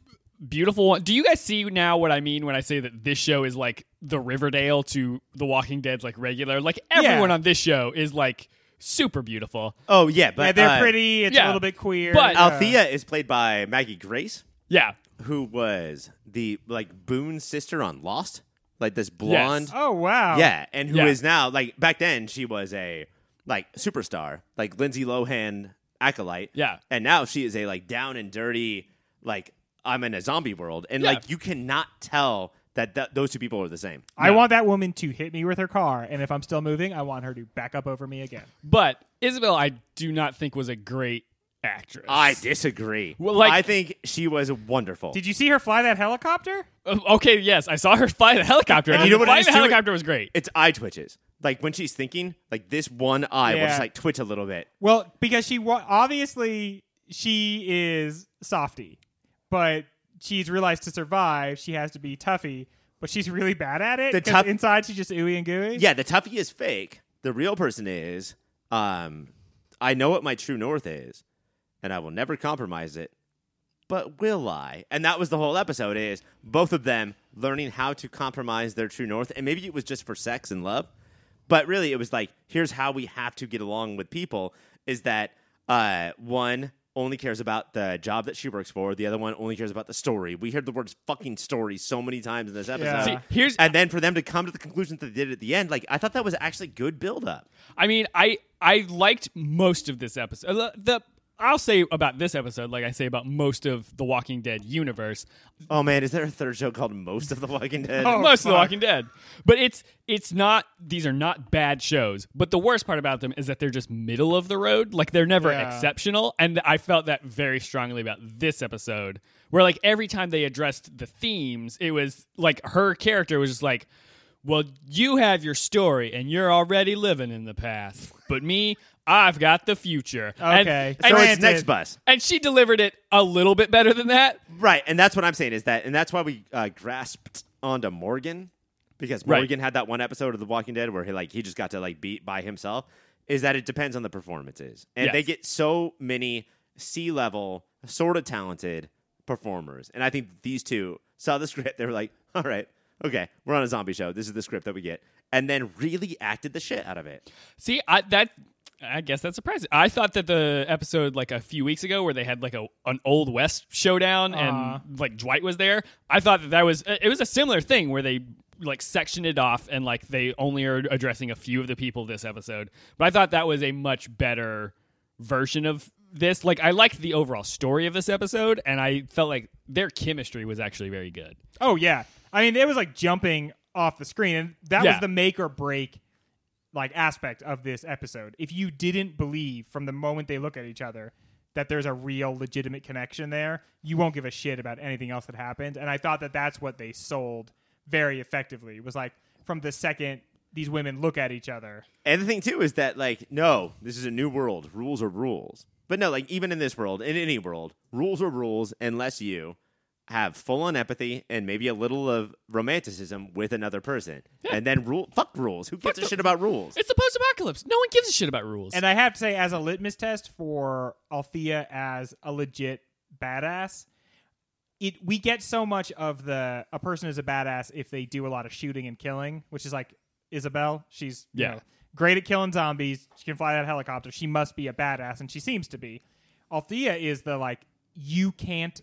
A: beautiful one. Do you guys see now what I mean when I say that this show is like the Riverdale to The Walking Dead's like regular? Like everyone on this show is like super beautiful.
B: Oh yeah, but
C: yeah, they're
B: uh,
C: pretty. It's
A: yeah.
C: a little bit queer. uh,
A: But-
C: yeah.
B: Althea is played by Maggie Grace,
A: Yeah,
B: who was the like Boone's sister on Lost, like this blonde.
C: Oh wow.
B: Yeah, and who is
A: Yeah.
B: now like back then she was a like superstar, like Lindsay Lohan acolyte.
A: Yeah.
B: and now she is a like down and dirty, like I'm in a zombie world, and
A: Yeah.
B: like you cannot tell that th- those two people are the same.
C: I want that woman to hit me with her car, and if I'm still moving, I want her to back up over me again.
A: but Isabel, I do not think was a great actress.
B: I disagree.
A: Well, like-
B: I think she was wonderful.
C: Did you see her fly that helicopter?
A: Uh, *laughs* okay, yes, I saw her fly the helicopter.
B: And you know what it
A: Flying
B: is,
A: the
B: too?
A: helicopter was great.
B: it's eye twitches. Like when she's thinking, like this one eye will
C: Yeah.
B: just like twitch a little bit.
C: Well, because she wa- obviously she is softy, but she's realized to survive she has to be toughy. But she's really bad at it.
B: The
C: 'cause
B: tough-
C: inside she's just ooey and gooey.
B: Yeah, the toughie is fake. The real person is, um, I know what my true north is, and I will never compromise it. But will I? And that was the whole episode. Is both of them learning how to compromise their true north, and maybe it was just for sex and love, but really it was like, here's how we have to get along with people. Is that uh, one only cares about the job that she works for. The other one only cares about the story. We heard the words "fucking story" so many times in this episode.
C: Yeah.
A: See, here's
B: and then for them to come to the conclusion that they did at the end, like I thought that was actually good build up.
A: I mean, I I liked most of this episode. The, the- I'll say about this episode, like I say about most of the Walking Dead universe,
B: Oh man, is there a third show called Most of the Walking
C: *laughs*
B: Dead?
C: Oh,
A: most of the
C: fuck.
A: Walking Dead. But it's it's not these are not bad shows. But the worst part about them is that they're just middle of the road. Like they're never
C: Yeah.
A: exceptional. And I felt that very strongly about this episode, where like every time they addressed the themes, it was like her character was just like, "Well, you have your story, and you're already living in the past, but me." I've got the future. And-
C: Okay.
B: so it's
C: Granted.
B: next bus.
A: and she delivered it a little bit better than that.
B: Right, and that's what I'm saying is that, and that's why we uh, grasped onto Morgan because
A: Right.
B: Morgan had that one episode of The Walking Dead where he like he just got to like beat by himself. Is that it depends on the performances, and
A: Yes.
B: they get so many C level sort of talented performers, and I think these two saw the *laughs* script. They were like, "All right, okay, we're on a zombie show. This is the script that we get," and then really acted the shit out of it.
A: See, I that I guess that's surprising. I thought that the episode like a few weeks ago where they had like a an old west showdown
C: Aw.
A: and like Dwight was there. I thought that that was it was a similar thing where they like sectioned it off and like they only are addressing a few of the people this episode. But I thought that was a much better version of this. Like I liked the overall story of this episode and I felt like their chemistry was actually very good.
C: Oh yeah. I mean, it was like jumping off the screen, and that
A: Yeah.
C: was the make or break like aspect of this episode. If you didn't believe from the moment they look at each other that there's a real legitimate connection there, you won't give a shit about anything else that happened. And I thought that that's what they sold very effectively. It was like from the second these women look at each other.
B: And the thing too is that like, no, this is a new world. Rules are rules. But no, like even in this world, in any world, rules are rules unless you have full on empathy and maybe a little of romanticism with another person. And then rule fuck rules. Who gives a
A: the-
B: shit about rules?
A: It's the post-apocalypse. No one gives a shit about rules.
C: And I have to say, as a litmus test for Althea as a legit badass, it we get so much of the a person is a badass if they do a lot of shooting and killing, which is like Isabel. She's you
A: Yeah.
C: know, great at killing zombies. She can fly that helicopter. She must be a badass, and she seems to be. Althea is the like you can't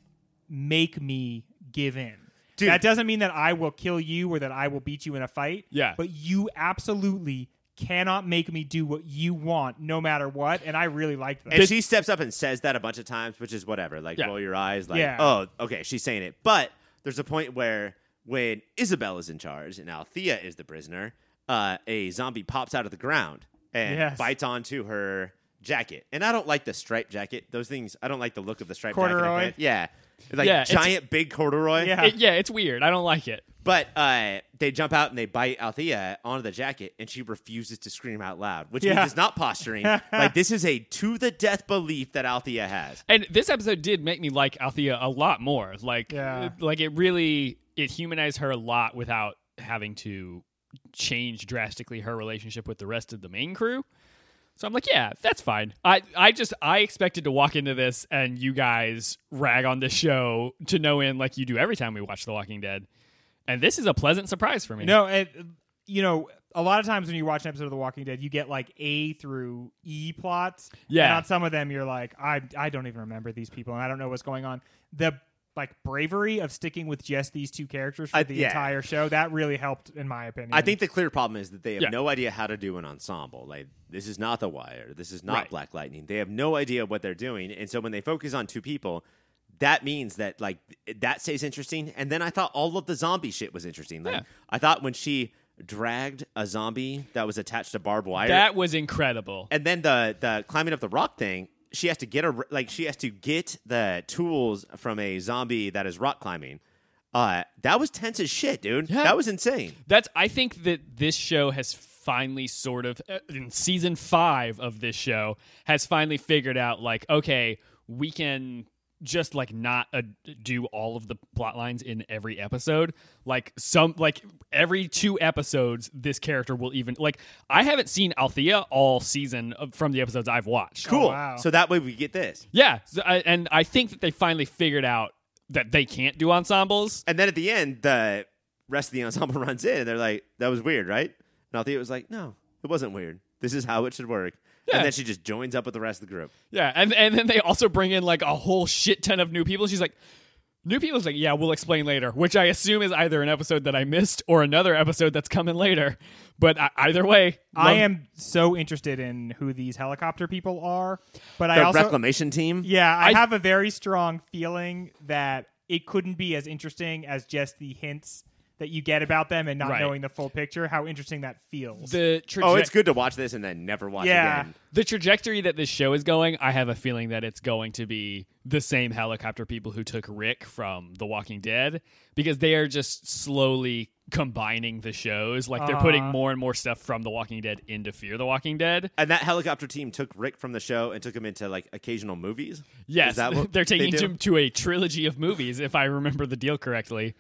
C: make me give in.
B: Dude.
C: That doesn't mean that I will kill you or that I will beat you in a fight.
A: Yeah.
C: But you absolutely cannot make me do what you want no matter what. And I really liked that.
B: and she steps up and says that a bunch of times, which is whatever. Like
A: Yeah.
B: roll your eyes, like
C: Yeah.
B: oh, okay, she's saying it. But there's a point where when Isabel is in charge and Althea is the prisoner, uh, a zombie pops out of the ground and
C: Yes.
B: bites onto her jacket. And I don't like the striped jacket. Those things I don't like the look of the striped
C: Corduroy?
B: jacket. Yeah. Like
A: Yeah, it's-
B: giant big corduroy.
C: Yeah.
A: uh, It- yeah, it's weird. I don't like it.
B: But uh, they jump out and they bite Althea onto the jacket, and she refuses to scream out loud, which
C: Yeah.
B: means it's not posturing. like this is a to the death belief that Althea has.
A: And this episode did make me like Althea a lot more. Like,
C: Yeah.
A: like it really it humanized her a lot without having to change drastically her relationship with the rest of the main crew. So I'm like, yeah, that's fine. I I just I expected to walk into this and you guys rag on this show to no end like you do every time we watch The Walking Dead. And this is a pleasant surprise for me.
C: No, and you know, a lot of times when you watch an episode of The Walking Dead, you get like A through E plots.
A: Yeah.
C: And on some of them, you're like, I I don't even remember these people, and I don't know what's going on. The like bravery of sticking with just these two characters for
B: I-
C: the
B: yeah.
C: entire show that really helped, in my opinion.
B: I think the clear problem is that they have
A: Yeah.
B: no idea how to do an ensemble. Like this is not The Wire. This is not
A: Right.
B: Black Lightning. They have no idea what they're doing, and so when they focus on two people, that means that like that stays interesting. And then I thought all of the zombie shit was interesting. Like
A: Yeah.
B: I thought when she dragged a zombie that was attached to barbed wire,
A: That was incredible.
B: and then the the climbing up the rock thing. She has to get a like she has to get the tools from a zombie that is rock climbing. Uh, that was tense as shit, dude.
A: Yeah.
B: That was insane.
A: That's I think that this show has finally sort of uh, in season 5 of this show has finally figured out like okay, we can just like not uh, do all of the plot lines in every episode like some like every two episodes this character will even like i haven't seen althea all season of, from the episodes i've watched
C: Oh,
B: Cool.
C: wow.
B: So that way we get this.
A: yeah so I, and i think that they finally figured out that they can't do ensembles
B: And then at the end, the rest of the ensemble *laughs* runs in, and they're like, "That was weird, right?" And Althea was like, "No, it wasn't weird. This is how it should work."
A: Yeah.
B: And then she just joins up with the rest of the group.
A: Yeah, and and then they also bring in like a whole shit ton of new people. She's like, new people's like, yeah, we'll explain later, which I assume is either an episode that I missed or another episode that's coming later. But I, either way,
C: I
A: love-
C: am so interested in who these helicopter people are, but I
B: The
C: also
B: reclamation team.
C: yeah, I,
A: I-
C: have a very strong feeling that it couldn't be as interesting as just the hints that you get about them and not
A: Right.
C: knowing the full picture. How interesting that feels.
A: the traje-
B: Oh, it's good to watch this and then never watch
C: Yeah.
B: again.
A: The trajectory that this show is going, I have a feeling that it's going to be the same helicopter people who took Rick from The Walking Dead because they are just slowly combining the shows. Like they're putting
C: Uh-huh.
A: more and more stuff from The Walking Dead into Fear the Walking Dead.
B: And that helicopter team took Rick from the show and took him into like occasional movies.
A: Yes, *laughs*
B: Is that what
A: they're
B: they
A: taking
B: do?
A: him to a trilogy of movies, if I remember the deal correctly.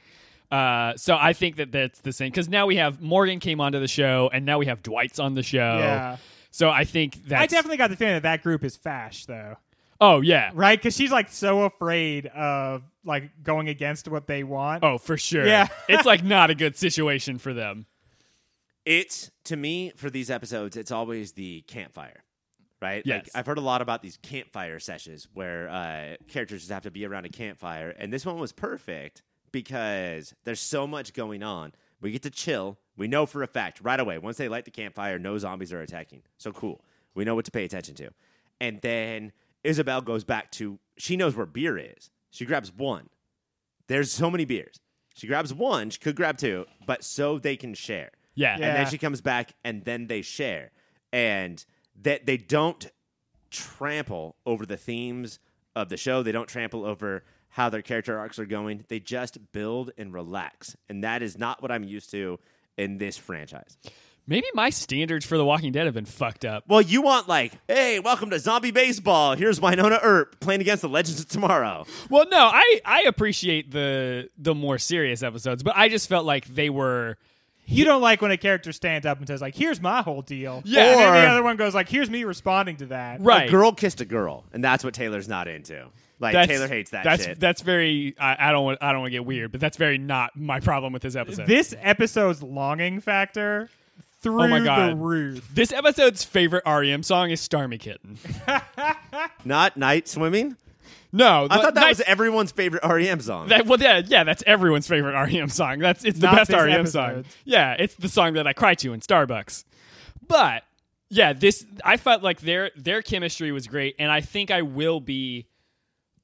A: Uh, so I think that that's the same because now we have Morgan came onto the show, and now we have Dwight's on the show.
C: Yeah.
A: So I think that's
C: I definitely got the feeling that that group is fash though.
A: Oh yeah.
C: right? Because she's like so afraid of like going against what they want.
A: Oh for sure.
C: Yeah.
A: *laughs* it's
C: *laughs*
A: like not a good situation for them.
B: It's to me for these episodes, it's always the campfire, right?
A: Yes.
B: Like I've heard a lot about these campfire sessions where uh, characters just have to be around a campfire, and this one was perfect because there's so much going on. We get to chill. We know for a fact right away once they light the campfire, no zombies are attacking. So cool. We know what to pay attention to. And then Isabel goes back to she knows where beer is. She grabs one. There's so many beers. She grabs one. She could grab two, but so they can share
A: Yeah.
C: Yeah.
B: and then she comes back and then they share and that they don't trample over the themes of the show they don't trample over how their character arcs are going they just build and relax and that is not what i'm used to in this franchise
A: Maybe my standards for The Walking Dead have been fucked
C: *laughs*
A: up.
B: well you want like hey welcome to zombie baseball here's winona earp playing against the legends of tomorrow
A: Well, no, I I appreciate the the more serious episodes, but I just felt like they were.
C: You don't like when a character stands up and says like, "Here's my whole deal,"
A: Yeah.
C: and then
B: Or-
C: the other one goes like, "Here's me responding to that."
A: Right.
B: a girl kissed a girl and that's what taylor's not into like taylor hates that
A: That's
B: shit
A: that's very. I, I don't want. I don't want to get weird, but that's very not my problem with this episode.
C: This episode's longing factor through
A: Oh my
C: the
A: God.
C: roof.
A: This episode's favorite REM song is Starmy Kitten.
B: not night swimming
A: No,
B: i thought that was everyone's favorite rem song
A: That, well, yeah, yeah, that's everyone's favorite REM song. That's it's the
C: Not
A: best
C: this
A: REM song.
C: episode.
A: Yeah, it's the song that I cry to in Starbucks. But yeah, this I felt like their their chemistry was great, and I think I will be.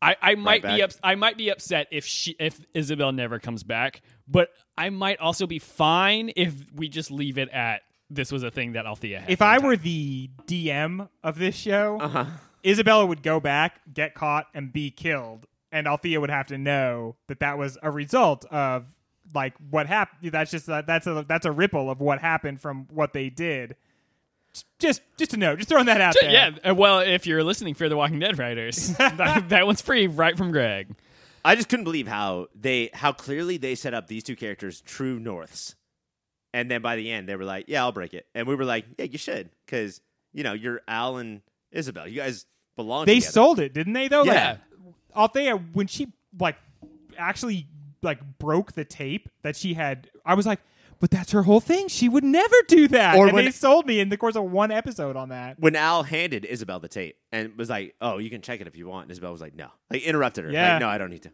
A: I, I might
B: back.
A: be ups- I might be upset if she if Isabel never comes back, but I might also be fine if we just leave it at this was a thing that Althea had.
C: If I were the DM of this show, Isabella would go back, get caught, and be killed, and Althea would have to know that that was a result of like what happened. That's just uh, that's a that's a ripple of what happened from what they did. Just- Just just to know, just throwing that out
A: *laughs*
C: there.
A: yeah, uh, well, if you're listening, Fear the Walking Dead writers, *laughs* that, that one's free right from Greg.
B: I just couldn't believe how they how clearly they set up these two characters true norths, and then by the end they were like, "Yeah, I'll break it," and we were like, "Yeah, you should," because you know you're Al and Isabel. You guys belong.
C: they
B: together.
C: sold it, didn't they? Though,
B: Yeah.
C: Like, Althea, when she like actually like broke the tape that she had, I was like, but that's her whole thing. She would never do that.
B: Or
C: and
B: when-
C: they sold me in the course of one episode on that.
B: when Al handed Isabel the tape and was like, "Oh, you can check it if you want," and Isabel was like, "No," like interrupted her.
C: Yeah.
B: Like, no, I don't need to.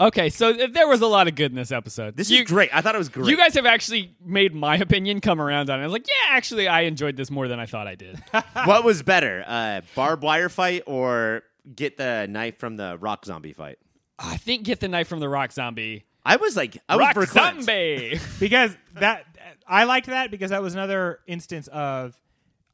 A: Okay, so th- there was a lot of good in this episode.
B: This
A: you,
B: is great. I thought it was great.
A: You guys have actually made my opinion come around on it. I was like, yeah, actually, I enjoyed this more than I thought I
B: *laughs*
A: did.
B: what was better, uh, barbed wire fight or get the knife from the rock zombie fight?
A: I think get the knife from the rock zombie.
B: I was like, I
A: rock
B: was for Clint.
A: zombie. *laughs*
C: because that I liked that because that was another instance of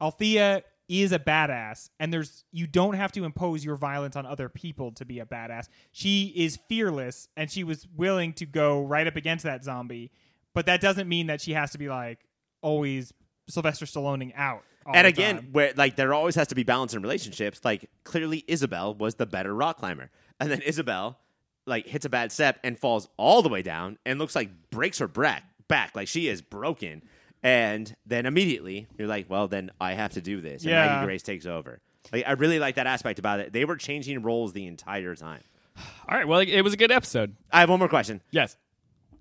C: Althea is a badass and there's you don't have to impose your violence on other people to be a badass. She is fearless and she was willing to go right up against that zombie, but that doesn't mean that she has to be like always Sylvester Stalloning out. all
B: and
C: the
B: again,
C: time.
B: where like there always has to be balance in relationships. Like clearly, Isabel was the better rock climber, and then Isabel like hits a bad step and falls all the way down and looks like breaks her back back like she is broken. And then immediately you're like, well, then I have to do this. And
C: Yeah.
B: Maggie Grace takes over. Like I really like that aspect about it. They were changing roles the entire time.
A: All right, well, it was a good episode.
B: I have one more question.
A: Yes.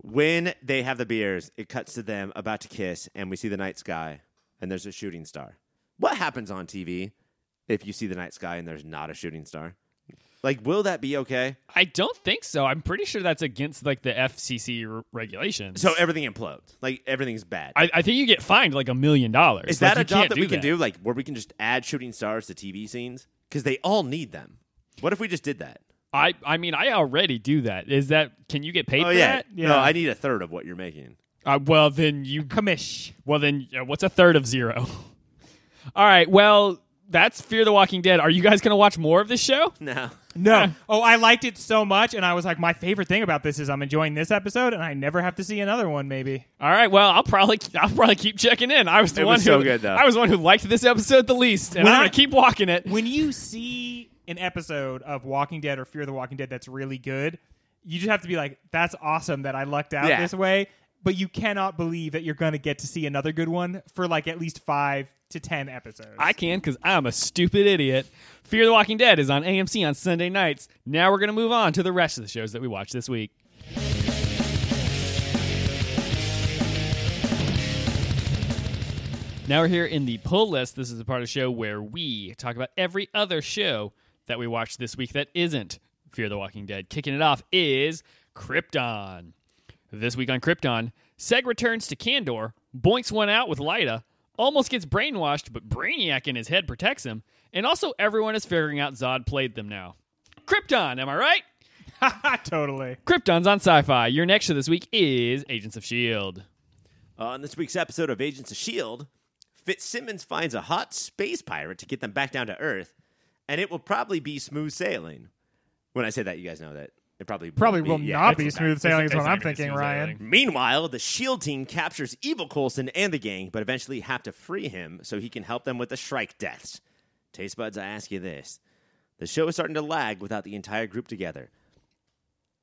B: When they have the beers, it cuts to them about to kiss, and we see the night sky, and there's a shooting star. What happens on TV if you see the night sky and there's not a shooting star? Like, will that be okay?
A: I don't think so. I'm pretty sure that's against like the FCC r- regulations.
B: So everything implodes. Like everything's bad.
A: I, I think you get fined like a million dollars.
B: Is
A: Like,
B: that
A: you
B: a job
A: can't
B: that we can do? Like where we can just add shooting stars to TV scenes because they all need them. What if we just did that?
A: I I mean, I already do that. Is that can you get paid
B: Oh
A: for
B: yeah.
A: that?
B: No,
C: Yeah.
B: I need a third of what you're making. *laughs*
A: Uh, well, then you
C: Commish.
A: Well, then, uh, what's a third of zero? *laughs* All right. Well, that's Fear the Walking Dead. Are you guys going to watch more of this show?
B: No.
C: No. *laughs* oh, I liked it so much, and I was like, my favorite thing about this is I'm enjoying this episode, and I never have to see another one. Maybe.
A: All right. Well, I'll probably I'll probably keep checking in. I was the
B: It
A: one
B: was
A: who
B: so good, though.
A: I was the one who liked this episode the least, and
C: When
A: I'm
C: I-
A: going to keep walking it.
C: When you see an episode of Walking Dead or Fear the Walking Dead that's really good, you just have to be like, that's awesome that I lucked out
B: Yeah.
C: this way. But you cannot believe that you're going to get to see another good one for like at least five to ten episodes.
A: I can because I'm a stupid idiot. Fear the Walking Dead is on AMC on Sunday nights. Now we're going to move on to the rest of the shows that we watched this week. Now we're here in the pull list. This is the part of the show where we talk about every other show that we watched this week that isn't Fear the Walking Dead. Kicking it off is Krypton. This week on Krypton, Seg returns to Kandor, boinks one out with Lyta, almost gets brainwashed, but Brainiac in his head protects him, and also everyone is figuring out Zod played them now. Krypton, am I right?
C: *laughs* totally.
A: Krypton's on sci fi. Your next show this week is Agents of S.H.I.E.L.D.
B: Uh, On this week's episode of Agents of S.H.I.E.L.D., E Fitzsimmons finds a hot space pirate to get them back down to Earth, and it will probably be smooth sailing. When I say that, you guys know that. It probably,
C: Probably
B: won't
C: will
B: be. Yeah,
C: not
B: it's-
C: be smooth sailing, is what I'm thinking, Ryan.
B: Meanwhile, the S.H.I.E.L.D. E team captures Evil Coulson and the gang, but eventually have to free him so he can help them with the Shrike deaths. Taste buds, I ask you this. The show is starting to lag without the entire group together.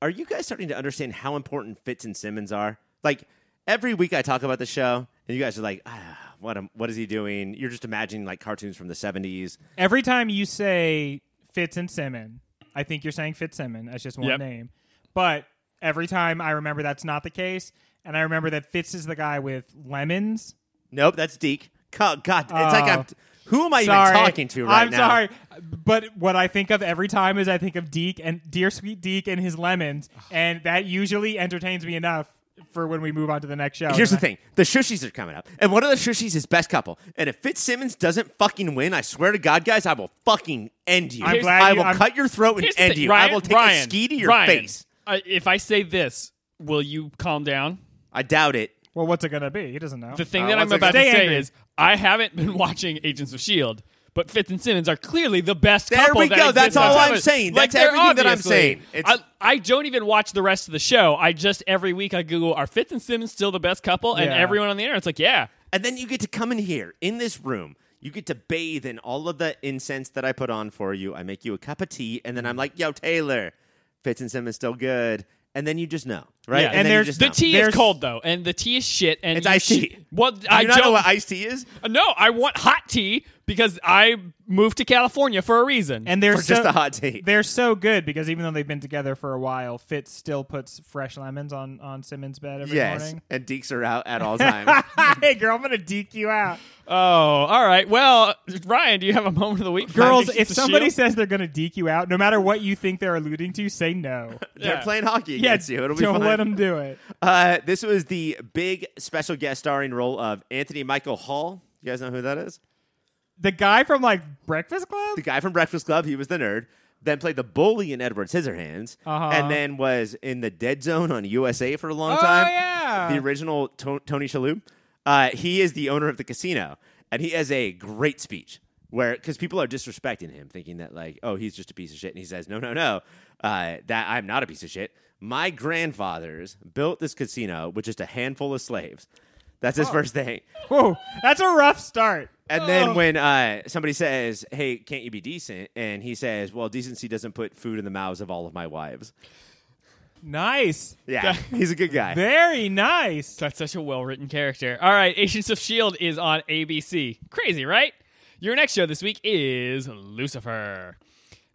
B: Are you guys starting to understand how important Fitz and Simmons are? Like, every week I talk about the show, and you guys are like, ah, what, am, what is he doing? You're just imagining, like, cartoons from the 70s.
C: Every time you say Fitz and Simmon, I think you're saying Fitzsimmon. That's just one
A: Yep.
C: name. But every time I remember that's not the case, and I remember that Fitz is the guy with lemons.
B: Nope, that's Deke. God, God it's like
C: Oh.
B: I'm... Who am I
C: sorry,
B: even talking to right
C: I'm
B: now?
C: sorry, but what I think of every time is I think of Deke and dear sweet Deke and his lemons, and that usually entertains me enough for when we move on to the next show.
B: Here's the thing: the Shushies are coming up, and one of the Shushies is best couple. And if Fitzsimmons doesn't fucking win, I swear to God, guys, I will fucking end you.
C: I'm glad
B: I
C: you-
B: will
C: I'm-
B: cut your throat and
A: Here's the
B: end
A: thing,
B: you.
A: Ryan,
B: I will take
A: Ryan,
B: a ski to your
A: Ryan,
B: face.
A: I, if I say this, will you calm down?
B: I doubt it.
C: Well, what's it gonna be? He doesn't know.
A: The thing
B: Uh,
A: that I'm
B: once I
A: about to
B: got-
A: say
C: Stay angry.
A: is I haven't been *laughs* watching Agents of Shield, E but Fitz and Simmons are clearly the best
B: There
A: couple.
B: we
A: that
B: go.
A: exists
B: That's
A: on
B: all
A: television.
B: I'm
A: Like,
B: saying. That's
A: they're
B: everything that I'm
A: obviously-
B: saying. It's-
A: I, I don't even watch the rest of the show. I just every week I Google are Fitz and Simmons still the best couple, and
C: Yeah.
A: everyone on the internet's like, yeah.
B: And then you get to come in here in this room. You get to bathe in all of the incense that I put on for you. I make you a cup of tea, and then I'm like, "Yo, Taylor, Fitz and Simmons still good." And then you just know, right?
A: Yeah. And
B: then you
C: there's
B: just
A: The
B: know.
A: tea
C: There's-
A: is cold though, and the tea is shit. And
B: It's
A: you
B: iced
A: should-
B: tea.
A: Well,
B: Do
A: I
B: you not
A: don't
B: know what iced tea is?
A: No, I want hot tea because I moved to California for a reason.
C: and they're
B: For
C: so,
B: just a hot take.
C: They're so good because even though they've been together for a while, Fitz still puts fresh lemons on on Simmons' bed every
B: Yes.
C: morning. *laughs*
B: And Deeks are
A: *laughs*
B: out at all times.
C: hey, girl, I'm gonna deke you out,
A: oh, all right. Well, Ryan, do you have a moment of the week? for
C: *laughs* girls.
A: Agents of
C: If
B: E
C: somebody
A: S.H.I.E.L.D.?
C: says they're gonna deke you out, no matter what you think they're alluding to, say
B: *laughs*
C: no.
B: They're
A: Yeah.
B: playing hockey
C: yeah,
B: against you. It'll be
C: don't
B: fun.
C: let them do it.
B: Uh, this was the big special guest starring role of Anthony Michael Hall. You guys know who that is?
C: The guy from like Breakfast Club.
B: The guy from Breakfast Club. He was the nerd. Then played the bully in Edward Scissorhands,
C: Uh-huh.
B: and then was in the Dead Zone on USA for a long
C: Oh,
B: time.
C: yeah.
B: the original to- Tony Shalhoub. Uh, he is the owner of the casino, and he has a great speech where because people are disrespecting him, thinking that like, oh, he's just a piece of shit, and he says, no, no, no, uh, that I'm not a piece of shit. My grandfathers built this casino with just a handful of slaves. That's
C: Oh.
B: his first thing.
C: Whoa, that's a rough start. Oh.
B: And then when uh, somebody says, "Hey, can't you be decent?" and he says, "Well, decency doesn't put food in the mouths of all of my wives."
C: Nice,
B: Yeah, *laughs* he's a good guy.
C: very nice.
A: That's such a well written character. All right, Agents of S.H.I.E.L.D. E is on ABC. Crazy, right? Your next show this week is Lucifer.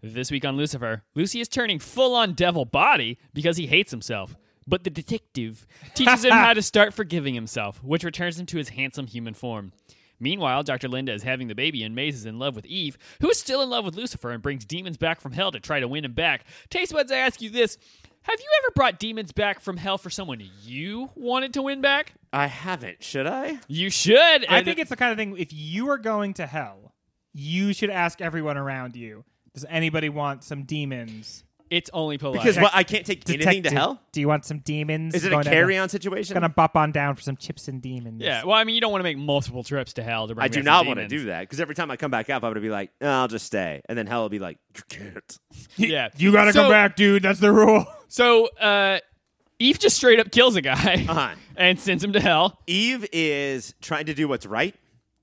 A: This week on Lucifer, Lucy is turning full on devil body because he hates himself. But the
C: *laughs*
A: detective teaches him how to start forgiving himself, which returns him to his handsome human form. Meanwhile, Dr. Linda is having the baby, and Maze is in love with Eve, who is still in love with Lucifer and brings demons back from hell to try to win him back. Taste Buds, I ask you this Have you ever brought demons back from hell for someone you wanted to win back?
B: I haven't. Should I?
A: You should.
C: I think it's the kind of thing if you are going to hell, you should ask everyone around you. Does anybody want some demons?
A: it's only polite.
B: Because what, I can't take anything to
C: Detective,
B: hell.
C: Do you want some demons?
B: Is it a
C: Going to-
B: carry-on situation?
C: Gonna bop on down for some chips and demons.
A: yeah, well, I mean, you don't want to make multiple trips to hell to bring
B: I do not want to do that because every time I come back up, I'm gonna be like, "No, I'll just stay, and then hell will be like, you can't.
A: *laughs* Yeah.
C: You gotta
A: So-
C: come back, dude. That's the rule. *laughs*
A: So, uh, Eve just straight up kills a guy
B: Uh-huh.
A: *laughs* and sends him to hell.
B: Eve is trying to do what's right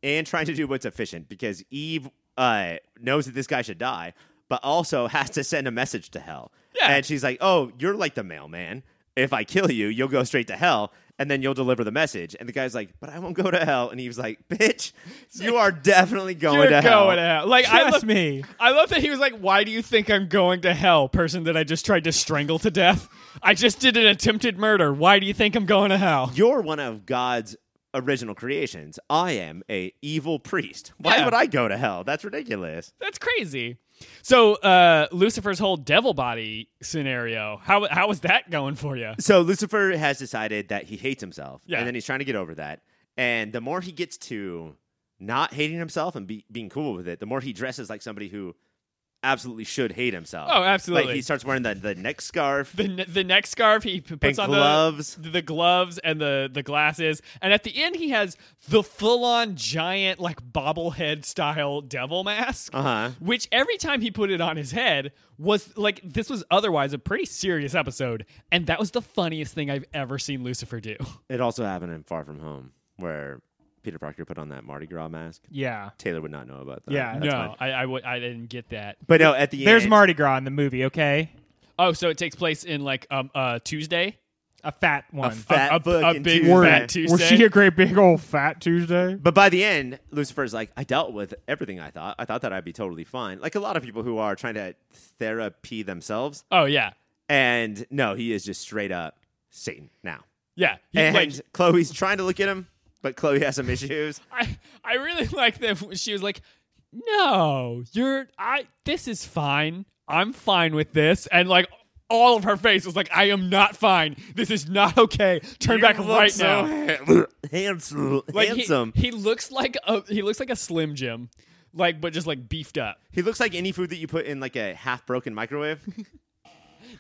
B: and trying to do what's efficient because Eve uh, knows that this guy should die, but also *laughs* has to send a message to hell.
A: Yeah.
B: And she's like, "Oh, you're like the mailman. If I kill you, you'll go straight to hell." And then you'll deliver the message. And the guy's like, but I won't go to hell. And Eve's like, bitch, you are definitely going
A: You're
B: to hell.
A: going to hell. Like I love,
C: Trust me.
A: I love that he was like, "Why do you think I'm going to hell, person that I just tried to strangle to death? I just did an attempted murder. Why do you think I'm going to hell?"
B: You're one of God's original creations. I am a evil priest. Why
A: Yeah.
B: would I go to hell? That's ridiculous.
A: That's crazy. So uh, Lucifer's whole devil body scenario. How how was that going for you?
B: So Lucifer has decided that he hates himself,
A: Yeah.
B: and then he's trying to get over that. And the more he gets to not hating himself and be, being cool with it, the more he dresses like somebody who absolutely should hate himself.
A: Oh, absolutely.
B: Like he starts wearing the, the neck scarf.
A: The, ne- the neck scarf he p- puts
B: And
A: on
B: gloves.
A: the the gloves and the the glasses, and at the end he has the full on giant like bobblehead style devil mask.
B: *laughs* Uh-huh.
A: which every time he put it on his head was like this was otherwise a pretty serious episode and that was the funniest thing i've ever seen lucifer do
B: It also happened in Far From Home, where Peter Proctor put on that Mardi Gras mask.
C: Yeah.
B: Taylor would not know about that.
C: Yeah.
B: That's fine.
A: no I I w- I didn't get that
B: But no, at the
C: There's
B: end,
C: Mardi Gras in the movie, okay?
A: oh so it takes place in like um uh tuesday
C: A fat one.
B: fat
A: a, a, a
B: fucking
A: big
B: Tuesday.
A: fat tuesday
C: Was she a great big old fat Tuesday?
B: But by the end, Lucifer's like, I dealt with everything I thought. I thought that I'd be totally fine. Like a lot of people who are trying to therapy themselves.
A: oh yeah
B: And no, he is just straight up Satan now.
A: yeah He,
B: and
A: like,
B: Chloe's trying to look at him, but Chloe has some *laughs* issues.
A: I, I really *laughs* like that when she was like, "No, you're I. This is fine. I'm fine with this." And like all of her face was like, "I am not fine. This is not okay. Turn back
B: You look
A: right
B: so
A: now."
B: ha- *laughs* handsome.
A: Like he,
B: handsome. He,
A: he looks like a he looks like a slim Jim, like but just like beefed up.
B: looks like any food that you put in like a half broken
A: *laughs*
B: microwave. *laughs*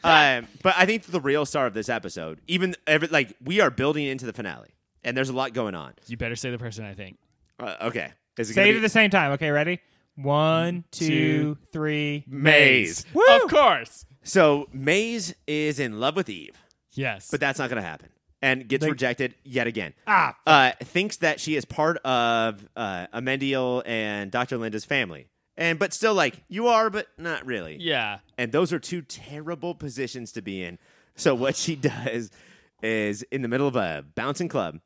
B: um, but I think the real star of this episode, even every, like we are building into the finale, and there's a lot going on.
A: You better say the person. I think
B: Uh, okay. Is it
C: Say
B: gonna
C: it at
B: be-
C: the same time, okay? Ready? One, two, three.
B: Maze.
C: Woo!
A: of course.
B: So Maze is in love with Eve,
A: Yes,
B: but that's not going to happen, and gets
C: They-
B: rejected yet again.
C: Ah,
B: uh, thinks that she is part of uh, Amendiel and Dr. Linda's family, and but still like you are, but not really.
A: yeah.
B: And those are two terrible positions to be in. So what she *laughs* does is in the middle of a bouncing club,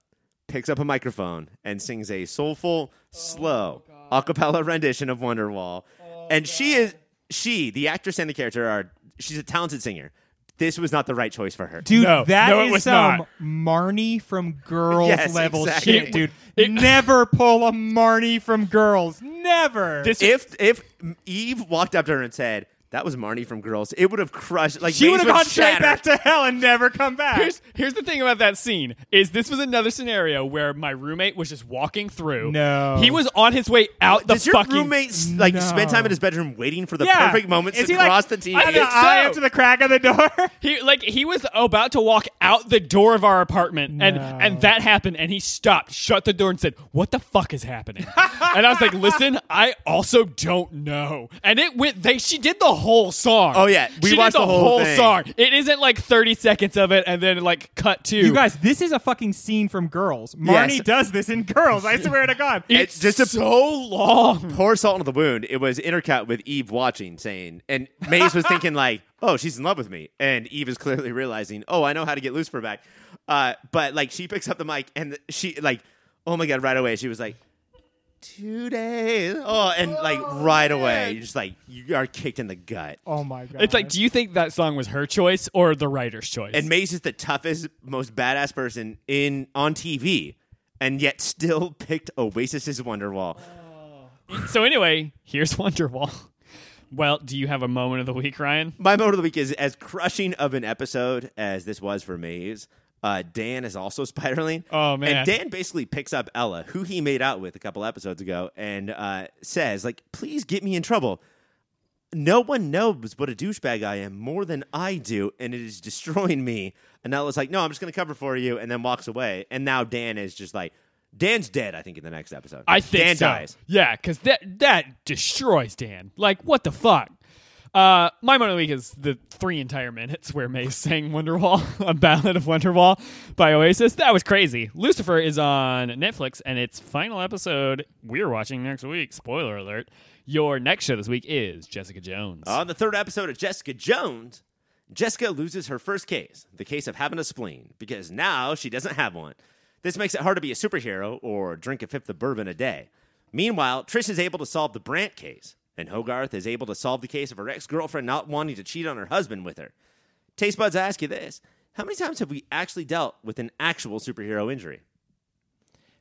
B: picks up a microphone and sings a soulful, slow
C: Oh,
B: a cappella rendition of Wonderwall. and she is she, the actress and the character are she's a talented singer. This was not the right choice for her.
C: Dude,
A: No.
C: that is
A: No, it was
C: some
A: not.
C: Marnie from Girls
B: Yes,
C: level
B: exactly.
C: shit, dude.
A: It-
C: Never pull a Marnie from Girls. Never.
A: This
B: if if Eve walked up to her and said, "That was Marnie from Girls," it would have crushed. Like
C: she
B: would have
C: gone straight back to hell and never come back.
A: Here's, here's the thing about that scene is this was another scenario where my roommate was just walking through.
C: No.
A: he was on his way out the
B: Does your
A: fucking
B: roommate like
C: No.
B: spend time in his bedroom waiting for the
C: yeah.
B: perfect moments
C: Is
B: to
C: he like,
B: cross the TV?
A: I
C: I
A: think
C: eye
A: so.
C: up to the crack of the door. *laughs*
A: He like he was about to walk out the door of our apartment, and
C: No.
A: and that happened, and he stopped, shut the door, and said, "What the fuck is
C: *laughs*
A: happening?" and I was like, "Listen, I also don't know." And it went. They she did the whole song.
B: Oh, yeah. We
A: she
B: watched
A: did the,
B: the whole thing.
A: song. It isn't like thirty seconds of it, and then like cut to
C: You guys, this is a fucking scene from Girls. Marnie
B: Yes.
C: does this in Girls. I swear to God.
A: It's
B: It's just a-
A: so
C: Oh
A: long.
B: Pour salt on the wound. It was intercut with Eve watching, saying, and Maze was thinking like, "Oh, she's in love with me," and Eve is clearly realizing, "Oh, I know how to get Lucifer back." Uh, but like, she picks up the mic and she like, "Oh my god!" Right away, she was like, two days." Oh, and like right away, you're just like, you are kicked in the gut.
C: oh my God.
A: It's like, do you think that song was her choice or the writer's choice?
B: and Maze is the toughest, most badass person in on TV. and yet still *laughs* picked Oasis's Wonderwall.
A: So anyway, here's *laughs* Wonderwall. Well, do you have a moment of the week, Ryan?
B: My mode of the week is as crushing of an episode as this was for Maze. Uh, Dan is also *laughs* spiraling.
A: Oh, man.
B: And Dan basically picks up Ella, who he made out with a couple episodes ago, and uh, says, "Like, please get me in trouble. No one knows what a douchebag I am more than I do, and it is destroying me." And Ella's like, "No, I'm just going to cover for you," and then walks away. And now Dan is just like, "Dan's dead." I think in the next episode,
A: I think
B: Dan
A: so.
B: dies.
A: Yeah, because that that destroys Dan. Like, what the fuck? Uh, my moment of the week is the three entire minutes where May *laughs* sang Wonderwall, a ballad of Wonderwall by Oasis. That was crazy. Lucifer is on Netflix, and its final episode we're watching next week. Spoiler alert. Your next show this week is Jessica Jones.
B: On the third episode of Jessica Jones, Jessica loses her first case, the case of having a spleen, because now she doesn't have one. This makes it hard to be a superhero or drink a fifth of bourbon a day. Meanwhile, Trish is able to solve the Brandt case, and Hogarth is able to solve the case of her ex girlfriend not wanting to cheat on her husband with her. Taste buds, I ask you this how many times have we actually dealt with an actual superhero injury?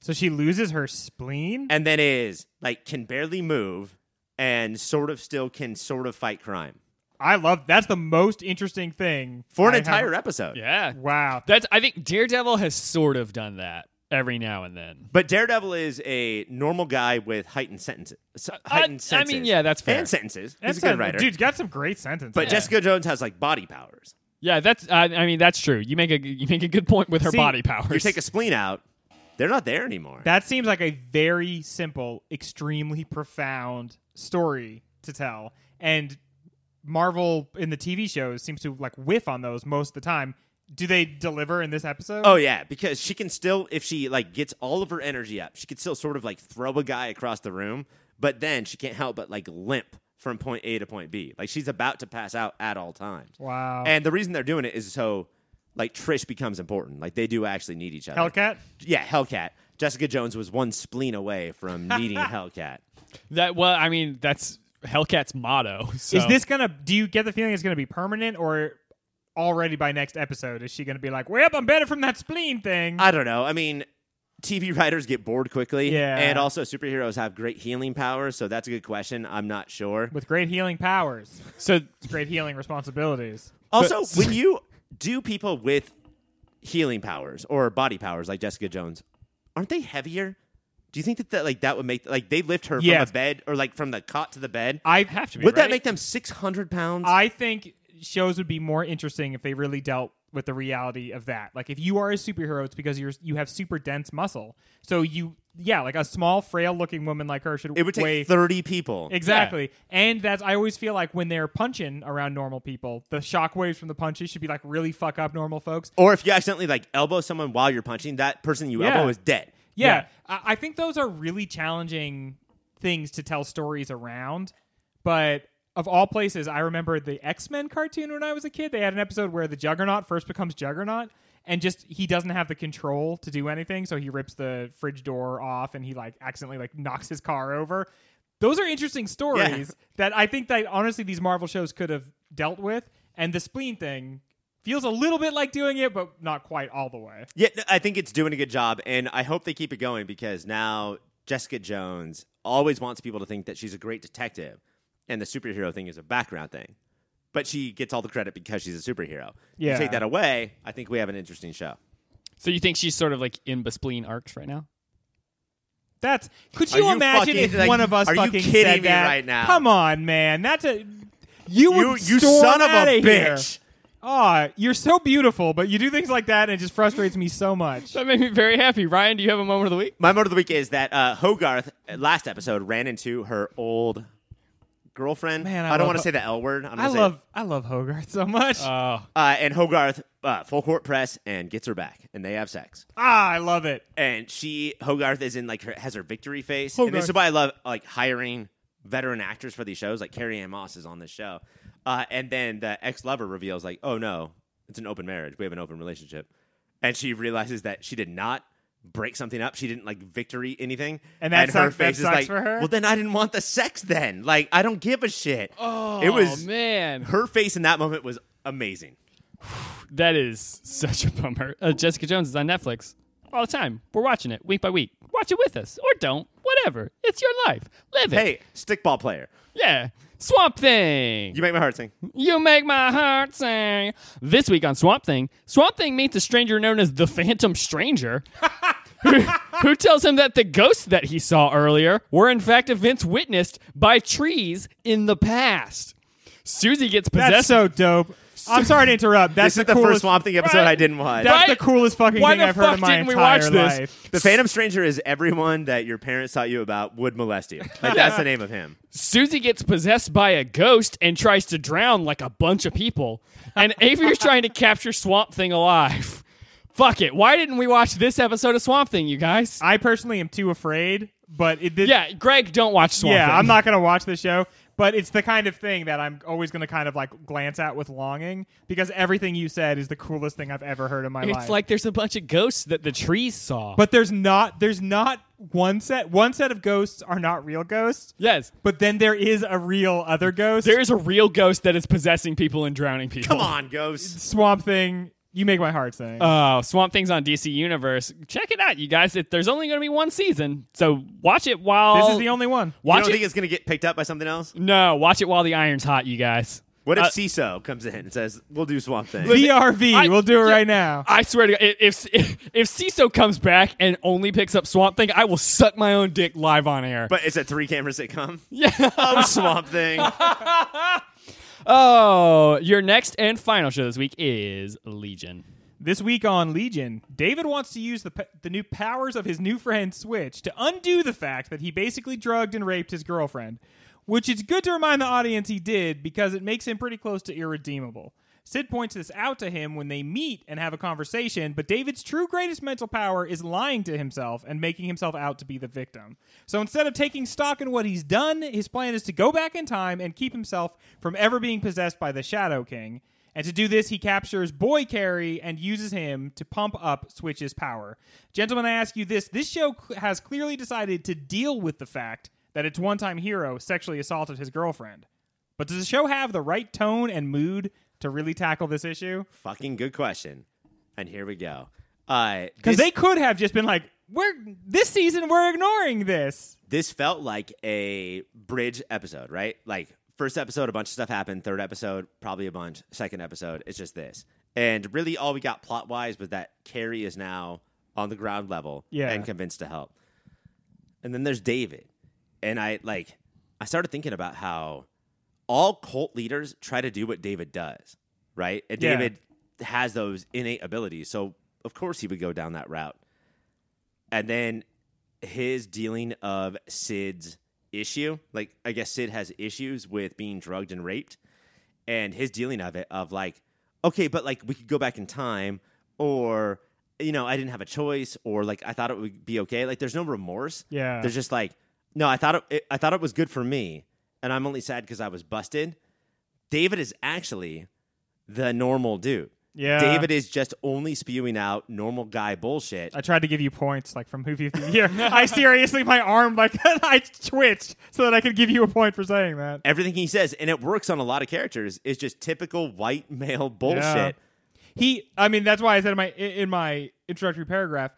C: So she loses her spleen.
B: And then is like can barely move and sort of still can sort of fight crime
C: I love that's the most interesting thing
B: for an
C: I have-
B: entire episode.
A: yeah.
C: Wow.
A: That's I think Daredevil has sort of done that every now and then.
B: But Daredevil is a normal guy with heightened sentences. Heightened
A: Uh, I mean,
B: senses.
A: yeah, that's fair.
B: And sentences. He's
C: That's
B: a good writer.
C: Dude's got some great sentences.
B: but Jessica Jones has like body powers.
A: Yeah, that's I, I mean that's true. You make a you make a good point with her
C: See,
A: body powers.
B: You take a spleen out, they're not there anymore.
C: that seems like a very simple, extremely profound story to tell. And Marvel in the TV shows seems to like whiff on those most of the time. Do they deliver in this episode?
B: oh yeah, because she can still if she like gets all of her energy up, she could still sort of like throw a guy across the room, but then she can't help but like limp from point A to point B. Like she's about to pass out at all times.
C: Wow.
B: And the reason they're doing it is so like Trish becomes important. Like they do actually need each other.
C: Hellcat?
B: Yeah, Hellcat. Jessica Jones was one spleen
C: *laughs*
B: away from needing Hellcat.
A: that well, I mean that's Hellcat's motto. *laughs* So.
C: Is this gonna do you get the feeling it's gonna be permanent or already by next episode is she gonna be like, Well, I'm better from that spleen thing?
B: I don't know. I mean, TV writers get bored quickly.
C: Yeah.
B: And also, superheroes have great healing powers. So that's a good question. I'm not sure.
C: with great healing powers,
A: so?
C: great healing responsibilities.
B: Also,
A: But-
B: when you do people with healing powers or body powers like Jessica Jones, aren't they heavier? Do you think that, that like that would make like they lift her
C: Yes.
B: from a bed or like from the cot to the bed?
C: I
A: Have to be.
B: would
A: right?
B: that make them 600 pounds?
C: I think shows would be more interesting if they really dealt with the reality of that. Like if you are a superhero, it's because you're you have super dense muscle. So you yeah, like a small, frail looking woman like her should
B: it would take
C: weigh
B: 30 people.
C: Exactly. And that's I always feel like when they're punching around normal people, the shock waves from the punches should be like really fuck up normal folks.
B: Or if you accidentally like elbow someone while you're punching, that person you
C: Yeah.
B: elbow is dead.
C: Yeah, I, I think those are really challenging things to tell stories around. But of all places, I remember the X Men cartoon when I was a kid. They had an episode where the Juggernaut first becomes Juggernaut, and just he doesn't have the control to do anything, so he rips the fridge door off and he like accidentally like knocks his car over. Those are interesting stories that I think that honestly these Marvel shows could have dealt with, and the spleen thing feels a little bit like doing it, but not quite all the way.
B: Yeah, no, I think it's doing a good job, and I hope they keep it going because now Jessica Jones always wants people to think that she's a great detective, and the superhero thing is a background thing. But she gets all the credit because she's a superhero.
C: Yeah.
B: You take that away, I think we have an interesting show.
A: So you think she's sort of like in Bespleen arcs right now?
C: That's. Could
B: Are
C: you,
B: you
C: imagine
B: fucking-
C: if
B: like,
C: one of us
B: are you
C: fucking
B: kidding
C: said
B: me
C: that?
B: right now?
C: Come on, man. That's a. You
B: You,
C: would
B: you
C: storm
B: son of a
C: outta here.
B: bitch!
C: Aw, you're so beautiful, but you do things like that, and it just frustrates me so
B: *laughs*
C: much.
A: That made me very happy. Ryan, do you have a moment of the week?
B: My mode of the week is that uh, Hogarth uh, last episode ran into her old girlfriend.
C: Man, I
B: don't
C: love
B: want to
C: Ho-
B: say the L word. I'm
C: I
B: gonna say it.
C: love, I love Hogarth so much.
A: Oh,
B: Uh, and Hogarth uh, full court press and gets her back, and they have sex.
C: ah, I love it.
B: and she Hogarth is in like her has her victory face, and this
C: Hogarth.
B: is why I love like hiring veteran actors for these shows. Like Carrie Ann Moss is on this show, uh, and then the ex lover reveals like, oh no, it's an open marriage. We have an open relationship, and she realizes that she did not break something up. She didn't like victory anything,
C: And that
B: her
C: sucks- that
B: face is
C: sucks
B: like,
C: for her?
B: well then I didn't want the sex. Then like I don't give a shit.
A: oh
B: it was
A: man.
B: her face in that moment was amazing.
A: That is such a bummer. Uh, Jessica Jones is on Netflix. all the time. We're watching it week by week. Watch it with us or don't. Whatever. It's your life. Live it.
B: Hey, stickball player,
A: Yeah. Swamp Thing.
B: you make my heart sing.
A: You make my heart sing. This week on Swamp Thing, Swamp Thing meets a stranger known as the Phantom
C: *laughs*
A: Stranger, who, who tells him that the ghosts that he saw earlier were in fact events witnessed by trees in the past. Susie gets
C: That's
A: possessed.
C: so dope. I'm sorry to interrupt. That's
B: This is
C: the
B: the first
C: coolest-
B: Swamp Thing episode
A: Right.
B: I didn't watch.
C: That's
A: Right?
C: the coolest fucking
A: Why
C: thing
A: the
C: I've heard
A: fuck
C: in my
A: didn't we
C: entire
A: watch this?
C: life.
B: The Phantom Stranger is everyone that your parents taught you about would molest you. Like that's the name
A: *laughs*
B: of him.
A: Susie gets possessed by a ghost and tries to drown like a bunch of people.
C: *laughs*
A: And Avery's trying to capture Swamp Thing alive. Fuck it. Why didn't we watch this episode of Swamp Thing, you guys?
C: I personally am too afraid, but it did.
A: yeah, Greg, don't watch Swamp
C: yeah,
A: Thing.
C: I'm not gonna watch the show, but it's the kind of thing that I'm always gonna kind of like glance at with longing because everything you said is the coolest thing I've ever heard in my
A: It's
C: life.
A: like there's a bunch of ghosts that the trees saw.
C: but there's not there's not one set one set of ghosts are not real ghosts,
A: yes,
C: but then there is a real other ghost.
A: there is a real ghost that is possessing people and drowning people.
B: Come on, ghosts.
C: Swamp Thing. You make my heart sing.
A: Oh, Swamp Thing's on DC Universe. Check it out, you guys. It, there's only going to be one season, so watch it while.
C: this is the only one.
B: You
A: Watch
B: don't
A: it.
B: think it's gonna get picked up by something else?
A: no, watch it while the iron's hot, you guys.
B: What if
A: Uh,
B: CISO comes in and says, "We'll do Swamp Thing"?
C: VRV.
A: I-
C: we'll do it
A: yeah.
C: right now.
A: I swear to God, i- if if if CISO comes back and only picks up Swamp Thing, I will suck my own dick live on air.
B: But it's a three-camera sitcom.
A: *laughs* yeah.
B: Oh, Swamp
A: *laughs*
B: Thing.
A: Oh, your next and final show this week is Legion.
C: This week on Legion, David wants to use the, p- the new powers of his new friend Switch to undo the fact that he basically drugged and raped his girlfriend, which it's good to remind the audience he did because it makes him pretty close to irredeemable. Sid points this out to him when they meet and have a conversation, but David's true greatest mental power is lying to himself and making himself out to be the victim. So instead of taking stock in what he's done, his plan is to go back in time and keep himself from ever being possessed by the Shadow King. And to do this, he captures Boy Carry and uses him to pump up Switch's power. Gentlemen, I ask you this this show cl- has clearly decided to deal with the fact that its one time hero sexually assaulted his girlfriend. But does the show have the right tone and mood to really tackle this issue?
B: Fucking good question. And here we go. Uh,
C: Because
B: this-
C: they could have just been like, we're this season we're ignoring this.
B: this felt like a bridge episode, right? Like first episode, a bunch of stuff happened. Third episode, probably a bunch. Second episode, it's just this. And really, all we got plot wise was that Carrie is now on the ground level
C: Yeah.
B: and convinced to help. And then there's David, and I like I started thinking about how all cult leaders try to do what David does, right? And
C: Yeah.
B: David has those innate abilities, so of course he would go down that route. And then his dealing of Sid's issue. Like, I guess Sid has issues with being drugged and raped, and his dealing of it, of like, okay, but like we could go back in time, or, you know, I didn't have a choice, or like I thought it would be okay. Like, there's no remorse.
C: Yeah.
B: There's just like, no, I thought it, it I thought it was good for me, and I'm only sad because I was busted. David is actually the normal dude.
C: Yeah.
B: David is just only spewing out normal guy bullshit.
C: I tried to give you points like from Hoofy of the Year. *laughs* I seriously my arm like *laughs* I twitched so that I could give you a point for saying that.
B: everything he says, and it works on a lot of characters, is just typical white *laughs* male bullshit.
C: He, I mean, that's why I said in my in my introductory paragraph,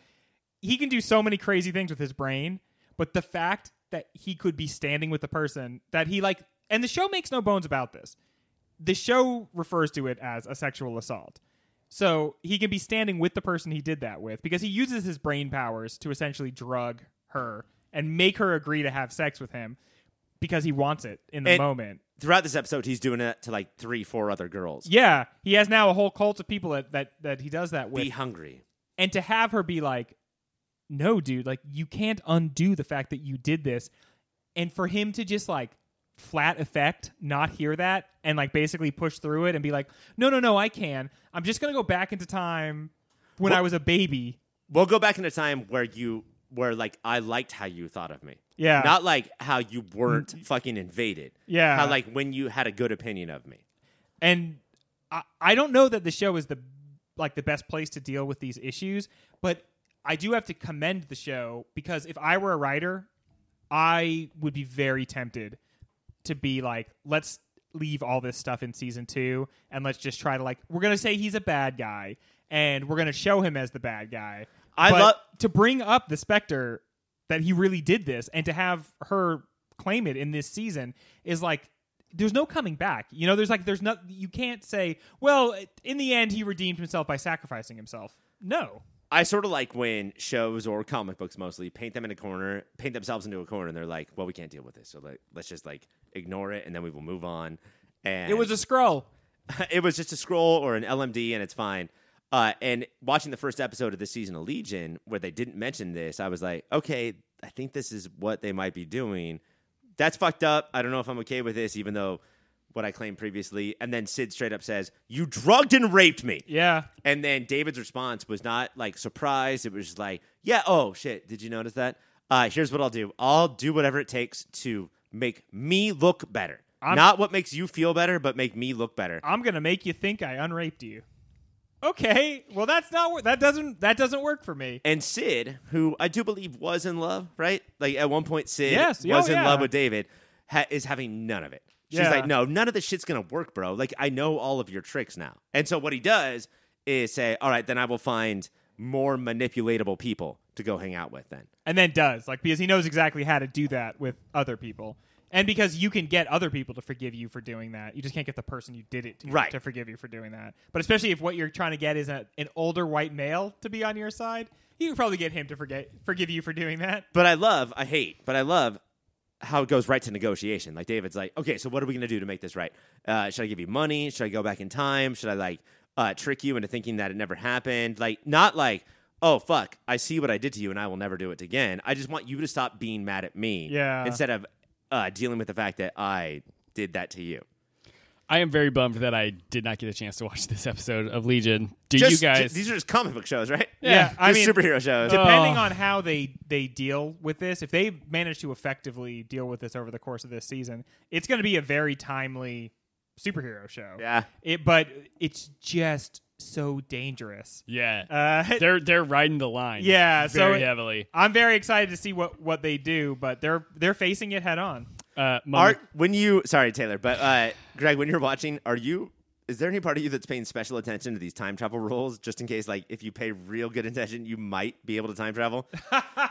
C: he can do so many crazy things with his brain. But the fact that he could be standing with the person that he like, and the show makes no bones about this. The show refers to it as a sexual assault. So he can be standing with the person he did that with because he uses his brain powers to essentially drug her and make her agree to have sex with him because he wants it in the
B: And-
C: moment.
B: Throughout this episode, he's doing that to like three, four other girls.
C: Yeah, he has now a whole cult of people that that, that he does that with.
B: Be hungry.
C: and to have her be like no dude like you can't undo the fact that you did this and for him to just like flat effect not hear that and like basically push through it and be like no no no i can i'm just gonna go back into time when i was a baby
B: We'll go back in a time where you where like I liked how you thought of me.
C: Yeah. Mm.
B: Not like how you weren't fucking invaded.
C: Yeah.
B: How like when you had a good opinion of me.
C: and I, I don't know that the show is the like the best place to deal with these issues, but I do have to commend the show because if I were a writer, I would be very tempted to be like, let's leave all this stuff in season two and let's just try to like we're gonna say he's a bad guy and we're gonna show him as the bad guy.
B: I
C: but
B: love.
C: to bring up the Spectre that he really did this and to have her claim it in this season is like there's no coming back. You know, there's like there's not you can't say, well, in the end he redeemed himself by sacrificing himself. No.
B: I sort of like when shows or comic books mostly paint them in a corner, paint themselves into a corner, and they're like, "Well, we can't deal with this, so like, let's just like ignore it, and then we will move on." And
C: It was a scroll.
B: *laughs* it was just a scroll or an LMD, and it's fine. Uh, and watching the first episode of this season of Legion, where they didn't mention this, I was like, okay, I think this is what they might be doing. That's fucked up. I don't know if I'm okay with this, even though what I claimed previously. And then Sid straight up says, "You drugged and raped me."
C: Yeah.
B: And then David's response was not like surprised. It was just like, yeah, oh shit, did you notice that? Uh, here's what I'll do I'll do whatever it takes to make me look better.
C: I'm-
B: not what makes you feel better, but make me look better.
C: I'm gonna make you think I unraped you. Okay. Well that's not wor- that doesn't that doesn't work for me.
B: and Sid, who I do believe was in love, right? Like at one point, Sid
C: Yes, oh,
B: was in
C: yeah.
B: love with David, ha- is having none of it. She's
C: Yeah.
B: like, no, none of this shit's gonna work, bro. Like, I know all of your tricks now. And so what he does is say, all right, then I will find more manipulatable people to go hang out with then.
C: and then does like because he knows exactly how to do that with other people and because you can get other people to forgive you for doing that you just can't get the person you did it to
B: Right.
C: to forgive you for doing that but especially if what you're trying to get is a, an older white male to be on your side you can probably get him to forget forgive you for doing that
B: But I love, I hate, but I love how it goes right to negotiation. Like David's like, okay, so what are we gonna do to make this right? Uh, should I give you money? Should I go back in time? Should I like uh, trick you into thinking that it never happened? Like, not like, oh fuck, I see what I did to you and I will never do it again. I just want you to stop being mad at me,
C: Yeah.
B: instead of uh, dealing with the fact that I did that to you.
A: I am very bummed that I did not get a chance to watch this episode of Legion. Do
B: Just,
A: you guys?
B: these are just comic book shows, right? *laughs*
A: Yeah,
B: Just
C: I mean- uh,
B: superhero shows.
C: depending
A: Oh.
C: on how they they deal with this if they manage to effectively deal with this over the course of this season it's going to be a very timely superhero show
B: yeah,
C: it, but it's just so dangerous
A: yeah,
C: uh, *laughs*
A: they're they're riding the line.
C: Yeah, so
A: very
C: it-
A: heavily.
C: I'm very excited to see what what they do, but they're they're facing it head on.
A: Uh, Mom-
B: Art, when you sorry Taylor, but uh, Greg, when you're watching, are you? Is there any part of you that's paying special attention to these time travel rules, just in case, like, if you pay real good attention, you might be able to
C: *laughs*
B: time travel?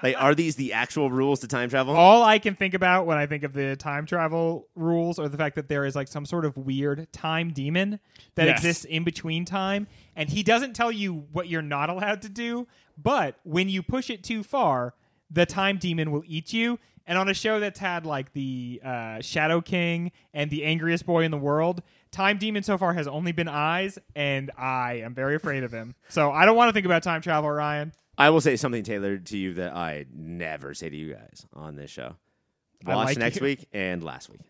B: like, are these the actual rules to time travel?
C: All I can think about when I think of the time travel rules or the fact that there is like some sort of weird time demon that
A: Yes.
C: exists in between time and he doesn't tell you what you're not allowed to do, but when you push it too far, the time demon will eat you. And on a show that's had like the uh, Shadow King and the angriest boy in the world, Time Demon so far has only been eyes, and I am very afraid of him. So I don't want to think about time travel, Ryan.
B: I will say something, Taylor, to you that I never say to you guys on this show.
C: I
B: Watch
C: like
B: next
C: you.
B: week and last week.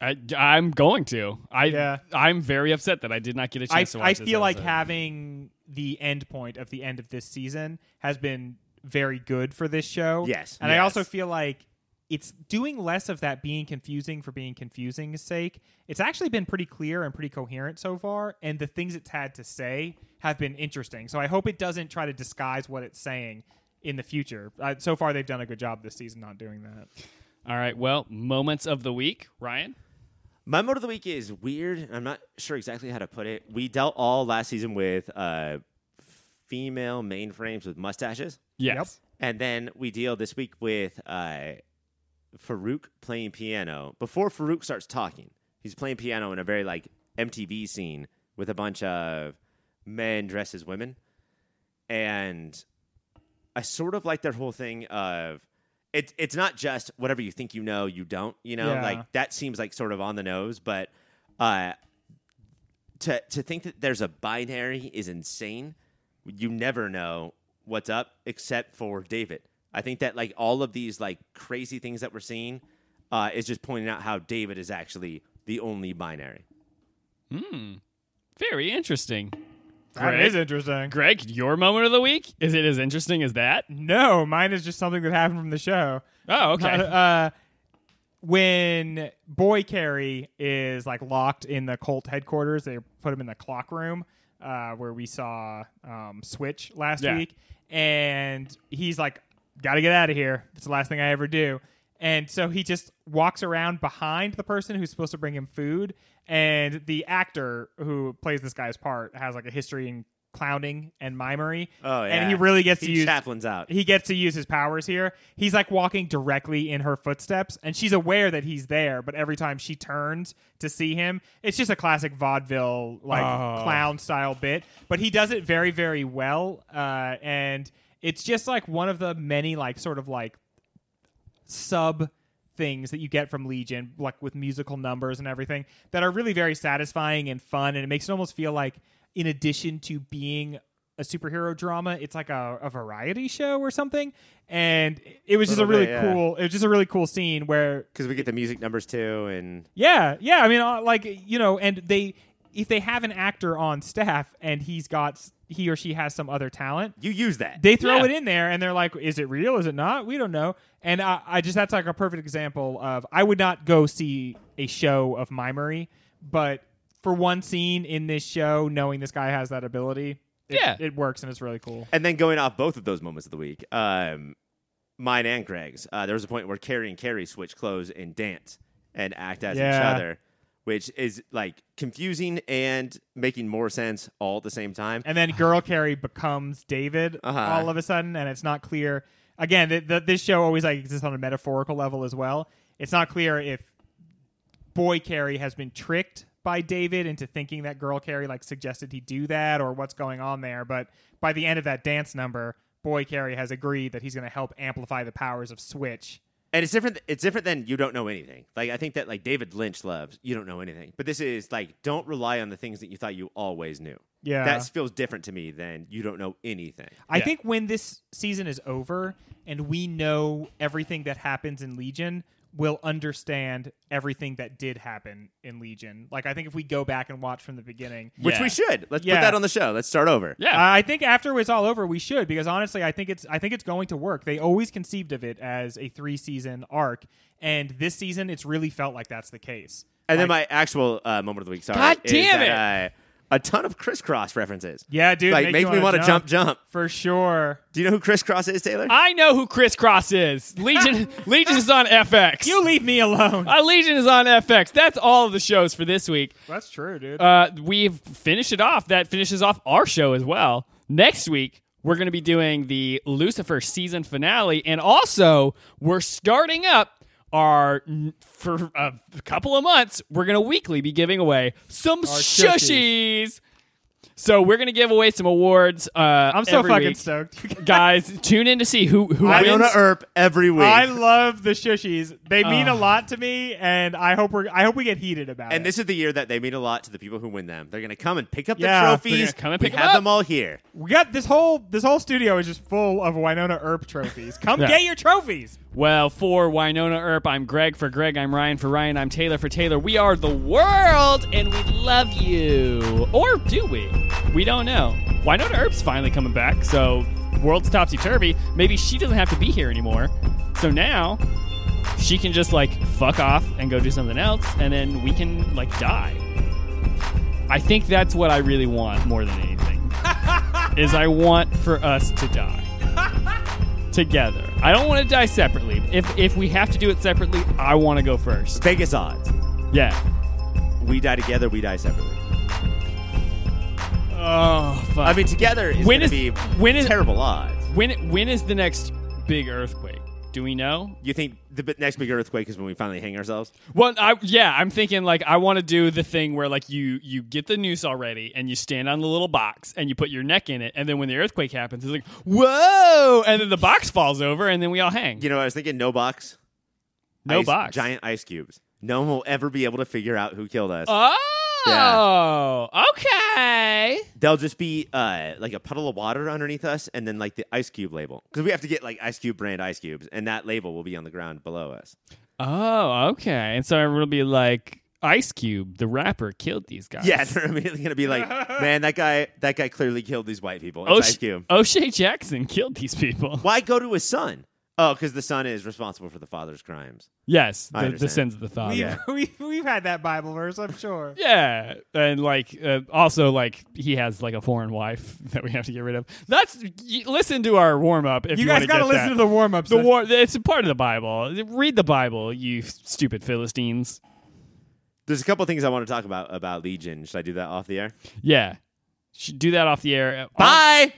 A: I, I'm going to. I
C: Yeah.
A: I'm very upset that I did not get a
C: I,
A: chance to watch.
C: I
A: this
C: feel like
A: episode.
C: having the end point of the end of this season has been very good for this show.
B: Yes.
C: And I
B: Yes.
C: also feel like it's doing less of that being confusing for being confusing's sake. It's actually been pretty clear and pretty coherent so far, and the things it's had to say have been interesting. So I hope it doesn't try to disguise what it's saying in the future. Uh, so far, they've done a good job this season not doing that.
A: All right. Well, moments of the week, Ryan.
B: My mode of the week is weird. and I'm not sure exactly how to put it. We dealt all last season with uh, female mainframes with mustaches.
A: Yes.
B: And then we deal this week with uh, Farouk playing piano. Before Farouk starts talking, he's playing piano in a very like MTV scene with a bunch of men dressed as women. And I sort of like their whole thing of it, it's not just whatever you think you know, you don't, you know,
C: Yeah.
B: like that seems like sort of on the nose, but uh, to to think that there's a binary is insane. You never know what's up except for David. I think that like all of these like crazy things that we're seeing uh, is just pointing out how David is actually the only binary.
A: Very interesting.
C: That
A: Great.
C: is interesting.
A: Greg, your moment of the week is it as interesting as that?
C: No, mine is just something that happened from the show.
A: Oh, okay.
C: Uh, when Boy Carrie is like locked in the Colt headquarters, they put him in the clock room uh, where we saw um, Switch last
A: Yeah.
C: week, and he's like, "Gotta get out of here. It's the last thing I ever do." And so he just walks around behind the person who's supposed to bring him food, and the actor who plays this guy's part has like a history in clowning and mimery.
B: Oh, yeah.
C: And he really gets to
B: He
C: use
B: chaplains out.
C: He gets to use his powers here. He's like walking directly in her footsteps, and she's aware that he's there. But every time she turns to see him, it's just a classic vaudeville like
A: Oh.
C: clown style bit. But he does it very very well, uh, and it's just like one of the many like sort of like sub things that you get from Legion, like with musical numbers and everything, that are really very satisfying and fun. And it makes it almost feel like, in addition to being a superhero drama, it's like a, a variety show or something. And it was just a
B: Little
C: really
B: bit, yeah.
C: cool, it was just a really cool scene where
B: Because we get the music numbers too, and
C: yeah, yeah. I mean, uh, like you know, and they if they have an actor on staff and he's got s- he or she has some other talent,
B: you use that.
C: they throw
A: Yeah.
C: it in there and they're like, "Is it real? Is it not? We don't know." And I, I just that's like a perfect example of I would not go see a show of mimery, but for one scene in this show, knowing this guy has that ability, it,
A: Yeah.
C: it works and it's really cool.
B: and then going off both of those moments of the week, um, mine and Greg's, uh, there was a point where Carrie and Carrie switch clothes and dance and act as each
C: Yeah.
B: other, which is like confusing and making more sense all at the same time.
C: And then Girl Carrie becomes David
B: Uh-huh.
C: all of a sudden, and it's not clear. Again, th- th- this show always like exists on a metaphorical level as well. It's not clear if Boy Carrie has been tricked by David into thinking that Girl Carrie like suggested he do that, or what's going on there. But by the end of that dance number, Boy Carrie has agreed that he's going to help amplify the powers of Switch.
B: and it's different. It's different than you don't know anything. Like I think that like David Lynch loves you don't know anything, but this is like don't rely on the things that you thought you always knew.
C: Yeah.
B: that feels different to me than you don't know anything.
C: I
A: Yeah.
C: think when this season is over and we know everything that happens in Legion, we'll understand everything that did happen in Legion. Like I think if we go back and watch from the beginning.
A: Yeah.
B: Which we should. Let's put
C: Yeah.
B: that on the show. Let's start over.
A: Yeah.
C: I I think after it's all over, we should because honestly, I think it's I think it's going to work. They always conceived of it as a three season arc, and this season it's really felt like that's the case.
B: And then my actual uh, moment of the week. Sorry,
A: God
B: is
A: damn
B: that, uh, a ton of crisscross references.
C: Yeah, dude,
B: like
C: make
B: makes
C: you
B: me
C: wanna
B: want to jump.
C: jump.
B: jump,
C: For sure,
B: Do you know who crisscross is, Taylor?
A: I know who Crisscross is.
C: *laughs*
A: Legion Legion is on FX.
C: you leave me alone.
A: uh, Legion is on FX. That's all of the shows for this week.
C: That's true, dude.
A: Uh, we've finished it off. That finishes off our show as well. Next week, we're going to be doing the Lucifer season finale, and also we're starting up our for a couple of months. We're going to weekly be giving away some shushies. So we're going to give away some awards. Uh,
C: I'm so
A: every
C: fucking
A: week.
C: stoked.
A: guys. Tune in to see who who wins.
B: Iona Earp every week.
C: I love the shushies. They mean
A: Ugh.
C: a lot to me, and I hope we're I hope we get heated about
B: and
C: it.
B: this is the year that they mean a lot to the people who win them. They're going to come and pick up
C: Yeah.
B: the
A: They're
B: trophies.
A: gonna come and
B: we
A: pick 'em
B: have
A: up.
B: them all here.
C: we got this whole this whole studio is just full of Winona Earp trophies. Come
A: Yeah.
C: get your trophies.
A: Well, for Winona Earp, I'm Greg. For Greg, I'm Ryan. For Ryan, I'm Taylor. For Taylor, we are the world, and we love you. Or do we? We don't know. Winona Earp's finally coming back, so world's topsy turvy. Maybe she doesn't have to be here anymore. So now she can just like fuck off and go do something else, and then we can like die. I think that's what I really want more than *laughs* anything. is I want for us to die together. I don't want to die separately. If if we have to do it separately, I want to go first.
B: Vegas odds.
A: Yeah.
B: We die together. We die separately.
A: Oh fuck.
B: I mean, together is
A: When
B: going to
A: is-
B: be
A: when is-
B: terrible odds.
A: when when is the next big earthquake? Do we know?
B: You think the b- next big earthquake is when we finally hang ourselves?
A: Well, I yeah, I'm thinking like I want to do the thing where like you you get the noose already and you stand on the little box and you put your neck in it and then when the earthquake happens it's like whoa and then the box falls over and then we all hang.
B: You know, I was thinking no box.
A: no
B: Ice-
A: box.
B: Giant ice cubes. No one will ever be able to figure out who killed us.
A: Oh. Okay.
B: They'll just be uh, like a puddle of water underneath us, and then like the ice cube label, because we have to get like ice cube brand ice cubes, and that label will be on the ground below us.
A: Oh, okay. And so everyone will be like, Ice Cube, the rapper, killed these guys.
B: Yeah, *laughs* they're immediately gonna be like, man, that guy, that guy clearly killed these white people. It's ice
A: O'Sh-
B: cube.
A: O'Shea Jackson killed these people.
B: Why go to his son? Oh, because the son is responsible for the father's crimes.
A: Yes, the,
B: I
A: the
B: understand.
A: sins of the thought.
C: We've,
A: Oh, Yeah.
B: yeah.
C: *laughs* we've we've had that Bible verse, I'm sure.
A: and like uh, also like he has like a foreign wife *laughs* that we have to get rid of. That's y- listen to our warm up if you,
C: you guys
A: got
C: gotta listen to the warm ups.
A: the war. It's a part of the Bible. Read the Bible, you stupid Philistines.
B: There's a couple things I want to talk about about Legion. Should I do that off the air?
A: Yeah, Should do that off the air.
B: Bye.